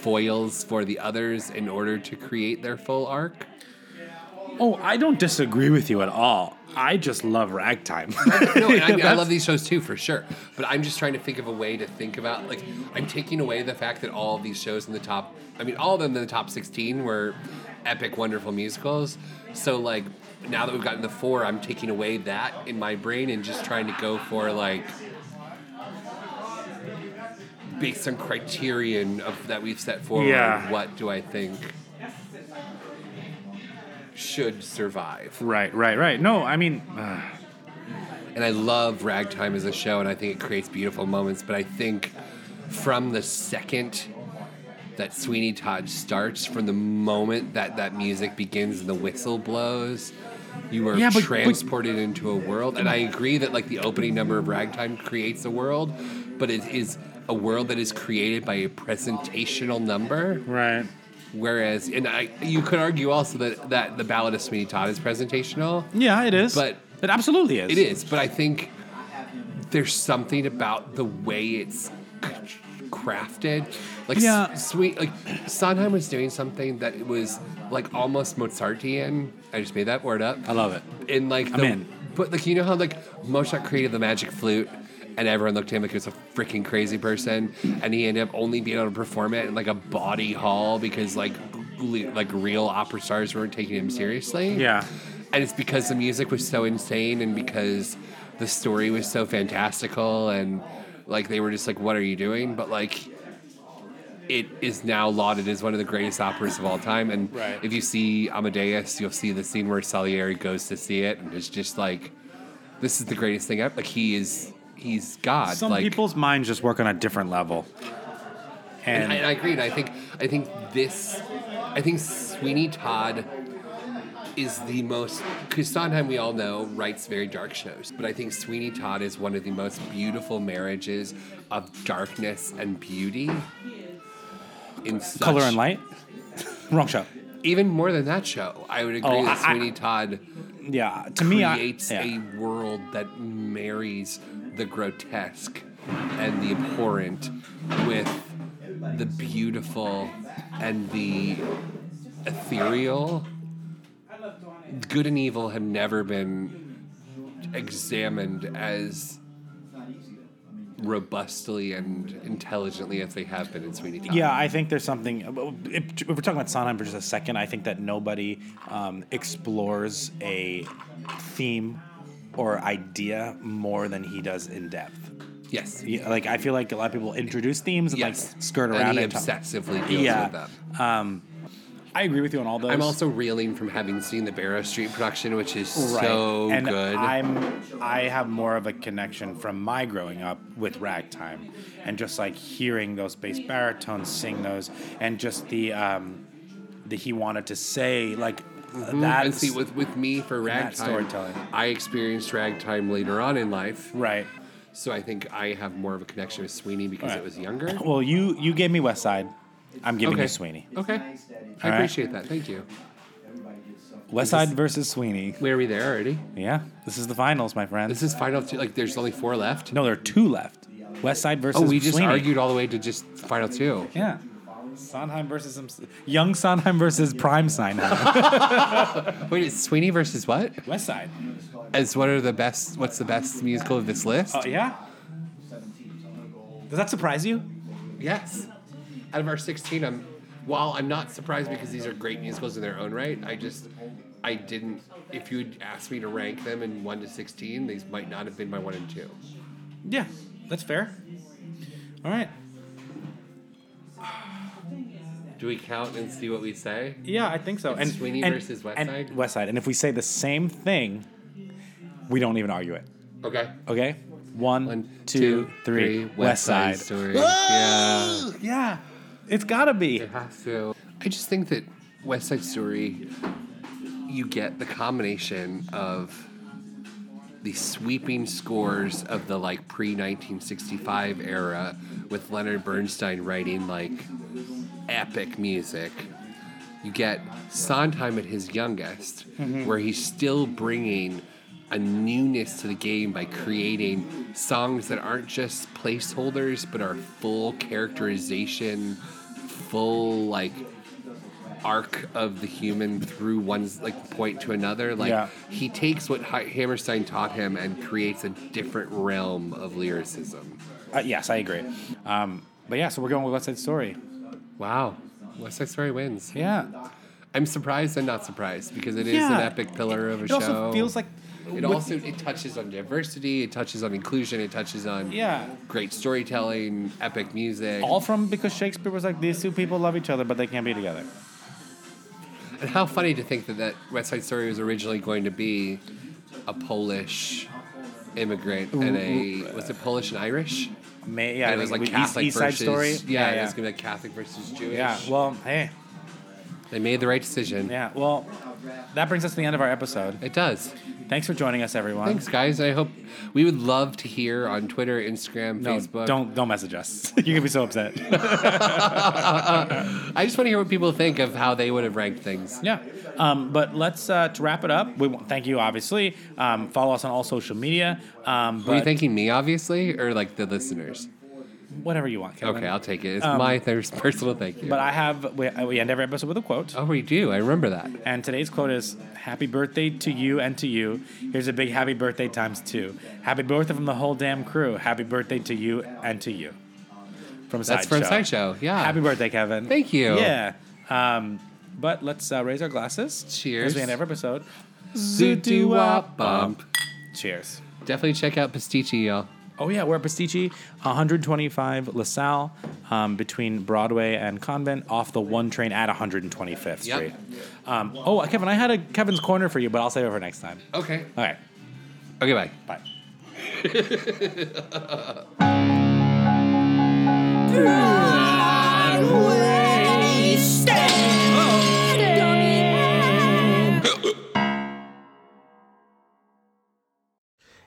S4: foils for the others in order to create their full arc.
S2: Oh, I don't disagree with you at all. I just love ragtime.
S4: No, and I, mean, I
S2: That's-
S4: love these shows too for sure, but I'm just trying to think of a way to think about like I'm taking away the fact that all of these shows in the top, I mean, all of them in the top 16 were epic, wonderful musicals. So like now that we've gotten the four, I'm taking away that in my brain and just trying to go for like based on criterion of that we've set forward.
S2: Yeah.
S4: What do I think? Should survive.
S2: Right, right, right. No, I mean, uh,
S4: and I love Ragtime as a show, and I think it creates beautiful moments. But I think from the second that Sweeney Todd starts, from the moment that that music begins and the whistle blows, you are
S2: Yeah, but- but-
S4: transported into a world. And I agree that like the opening number of Ragtime creates a world, but it is a world that is created by a presentational number.
S2: right.
S4: Whereas, and I, you could argue also that that the Ballad of Sweeney Todd is presentational.
S2: Yeah, it is.
S4: But-
S2: it absolutely is.
S4: It is, but I think there's something about the way it's c- crafted. Like
S2: Yeah.
S4: s- sweet, like Sondheim was doing something that it was like almost Mozartian. I just made that word up.
S2: I love it.
S4: In like
S2: I'm
S4: the,
S2: in.
S4: but like you know how like Mozart created the magic flute. And everyone looked at him like he was a freaking crazy person, and he ended up only being able to perform it in like a body hall because like le- like real opera stars weren't taking him seriously
S2: Yeah.
S4: and it's because the music was so insane and because the story was so fantastical and like they were just like what are you doing but like it is now lauded as one of the greatest operas of all time. And if you see Amadeus, you'll see the scene where Salieri goes to see it, and it's just like, this is the greatest thing ever. Like he is, he's God.
S2: Some
S4: like,
S2: people's minds just work on a different level.
S4: and,
S2: And,
S4: I, and I agree. And I think I think this, I think Sweeney Todd is the most because Sondheim we all know writes very dark shows, but I think Sweeney Todd is one of the most beautiful marriages of darkness and beauty. In such,
S2: color and light. Wrong show.
S4: even more than that show, I would agree
S2: Oh,
S4: that
S2: I- I-
S4: Sweeney Todd
S2: Yeah, to me, I,
S4: creates
S2: yeah.
S4: a world that marries the grotesque and the abhorrent with the beautiful and the ethereal. Good and evil have never been examined as robustly and intelligently as they have been in Sweeney Todd.
S2: Yeah, I think there's something. If, if we're talking about Sondheim for just a second, I think that nobody um, explores a theme or idea more than he does in depth.
S4: Yes.
S2: Yeah, like I feel like a lot of people introduce themes and
S4: Yes.
S2: like skirt
S4: And
S2: around
S4: he
S2: it. talk-
S4: obsessively deals
S2: yeah.
S4: with them.
S2: Um, I agree with you on all those.
S4: I'm also reeling from having seen the Barrow Street production, which is
S2: Right.
S4: so
S2: and
S4: good.
S2: I'm I have more of a connection from my growing up with ragtime, and just like hearing those bass baritones sing those, and just the um, the he wanted to say like that.
S4: Mm, and Mm-hmm. see, with, with me for
S2: that
S4: ragtime,
S2: storytelling.
S4: I experienced ragtime later on in life,
S2: right.
S4: so I think I have more of a connection with Sweeney because
S2: Right.
S4: it was younger.
S2: Well, you you gave me West Side. I'm giving you Sweeney.
S4: Okay, I
S2: right.
S4: appreciate that. Thank you.
S2: West Side versus Sweeney.
S4: Where are we there already?
S2: Yeah, this is the finals, my friend.
S4: This is final. Two, like, there's only four left.
S2: no, there are two left. West Side versus
S4: oh, we just
S2: Sweeney.
S4: argued all the way to just final two.
S2: Yeah. Sondheim versus him, young Sondheim versus prime Sondheim.
S4: Wait, it's Sweeney versus what?
S2: West Side.
S4: As what are the best? What's the best musical of this list?
S2: Oh yeah. Does that surprise you?
S4: Yes. Out of our 16, I'm, while I'm not surprised because these are great musicals in their own right, I just, I didn't, if you had asked me to rank them in 1 to 16, these might not have been my 1 and 2.
S2: Yeah, that's fair. All right.
S4: Do we count and see what we say?
S2: Yeah, I think so.
S4: It's
S2: and
S4: Sweeney
S2: and-
S4: versus West
S2: and
S4: Side?
S2: West Side. And if we say the same thing, we don't even argue it.
S4: Okay.
S2: Okay. One, two, three. West Side.
S4: Story. Yeah.
S2: Yeah. It's gotta be.
S4: It has to. I just think that West Side Story, you get the combination of the sweeping scores of the like pre 1965 era with Leonard Bernstein writing like epic music. You get Sondheim at his youngest, where he's still bringing a newness to the game by creating songs that aren't just placeholders, but are full characterization, full like arc of the human through one's like point to another. Like
S2: Yeah.
S4: he takes what Hi- Hammerstein taught him and creates a different realm of lyricism.
S2: Uh, yes, I agree. Um, but yeah, so we're going with West Side Story.
S4: Wow. West Side Story wins.
S2: Yeah.
S4: I'm surprised and not surprised because it is
S2: Yeah.
S4: an epic pillar of a
S2: It
S4: show.
S2: also feels like
S4: it also it touches on diversity, it touches on inclusion, it touches on
S2: Yeah.
S4: great storytelling, epic music.
S2: all from because Shakespeare was like these two people love each other but they can't be together.
S4: and how funny to think that that West Side Story was originally going to be a Polish immigrant and a was it Polish and Irish?
S2: May, yeah,
S4: and it was
S2: like
S4: like
S2: East-
S4: Catholic
S2: East Side
S4: versus
S2: Story.
S4: Yeah,
S2: Yeah,
S4: and it
S2: yeah.
S4: was gonna be like Catholic versus Jewish.
S2: Yeah. Well, hey.
S4: they made the right decision.
S2: Yeah. Well, that brings us to the end of our episode.
S4: It does.
S2: Thanks for joining us, everyone.
S4: Thanks, guys. I hope we would love to hear on Twitter, Instagram,
S2: No,
S4: Facebook.
S2: don't don't message us. You're gonna be so upset.
S4: I just want to hear what people think of how they would have ranked things.
S2: yeah. Um, but let's uh, to wrap it up. We want, thank you, obviously. Um, follow us on all social media. Um,
S4: Were you
S2: but
S4: thanking me, obviously, or like the listeners?
S2: whatever you want. Kevin. Um,
S4: Okay, I'll take it. It's my th- personal thank you.
S2: But I have we, uh, we end every episode with a quote,
S4: oh, we do. I remember that.
S2: and today's quote is "Happy birthday to you and to you." Here's a big happy birthday times two. Happy birthday from the whole damn crew. Happy birthday to you and to you. From Sideshow.
S4: That's from Sideshow. Yeah.
S2: Happy birthday, Kevin.
S4: Ah. Thank you.
S2: Yeah. Um, but let's uh, raise our glasses.
S4: Cheers.
S2: As we end every episode.
S4: Zoot-doo-wop bump.
S2: Cheers.
S4: Definitely check out Pastici, y'all.
S2: Oh yeah, we're at Pastiche, 125 LaSalle, um, between Broadway and Convent, off the one train at 125th
S4: Yep.
S2: Street. Um, oh, Kevin, I had a Kevin's corner for you, but I'll save it for next time.
S4: Okay.
S2: All right,
S4: Okay, bye.
S2: bye.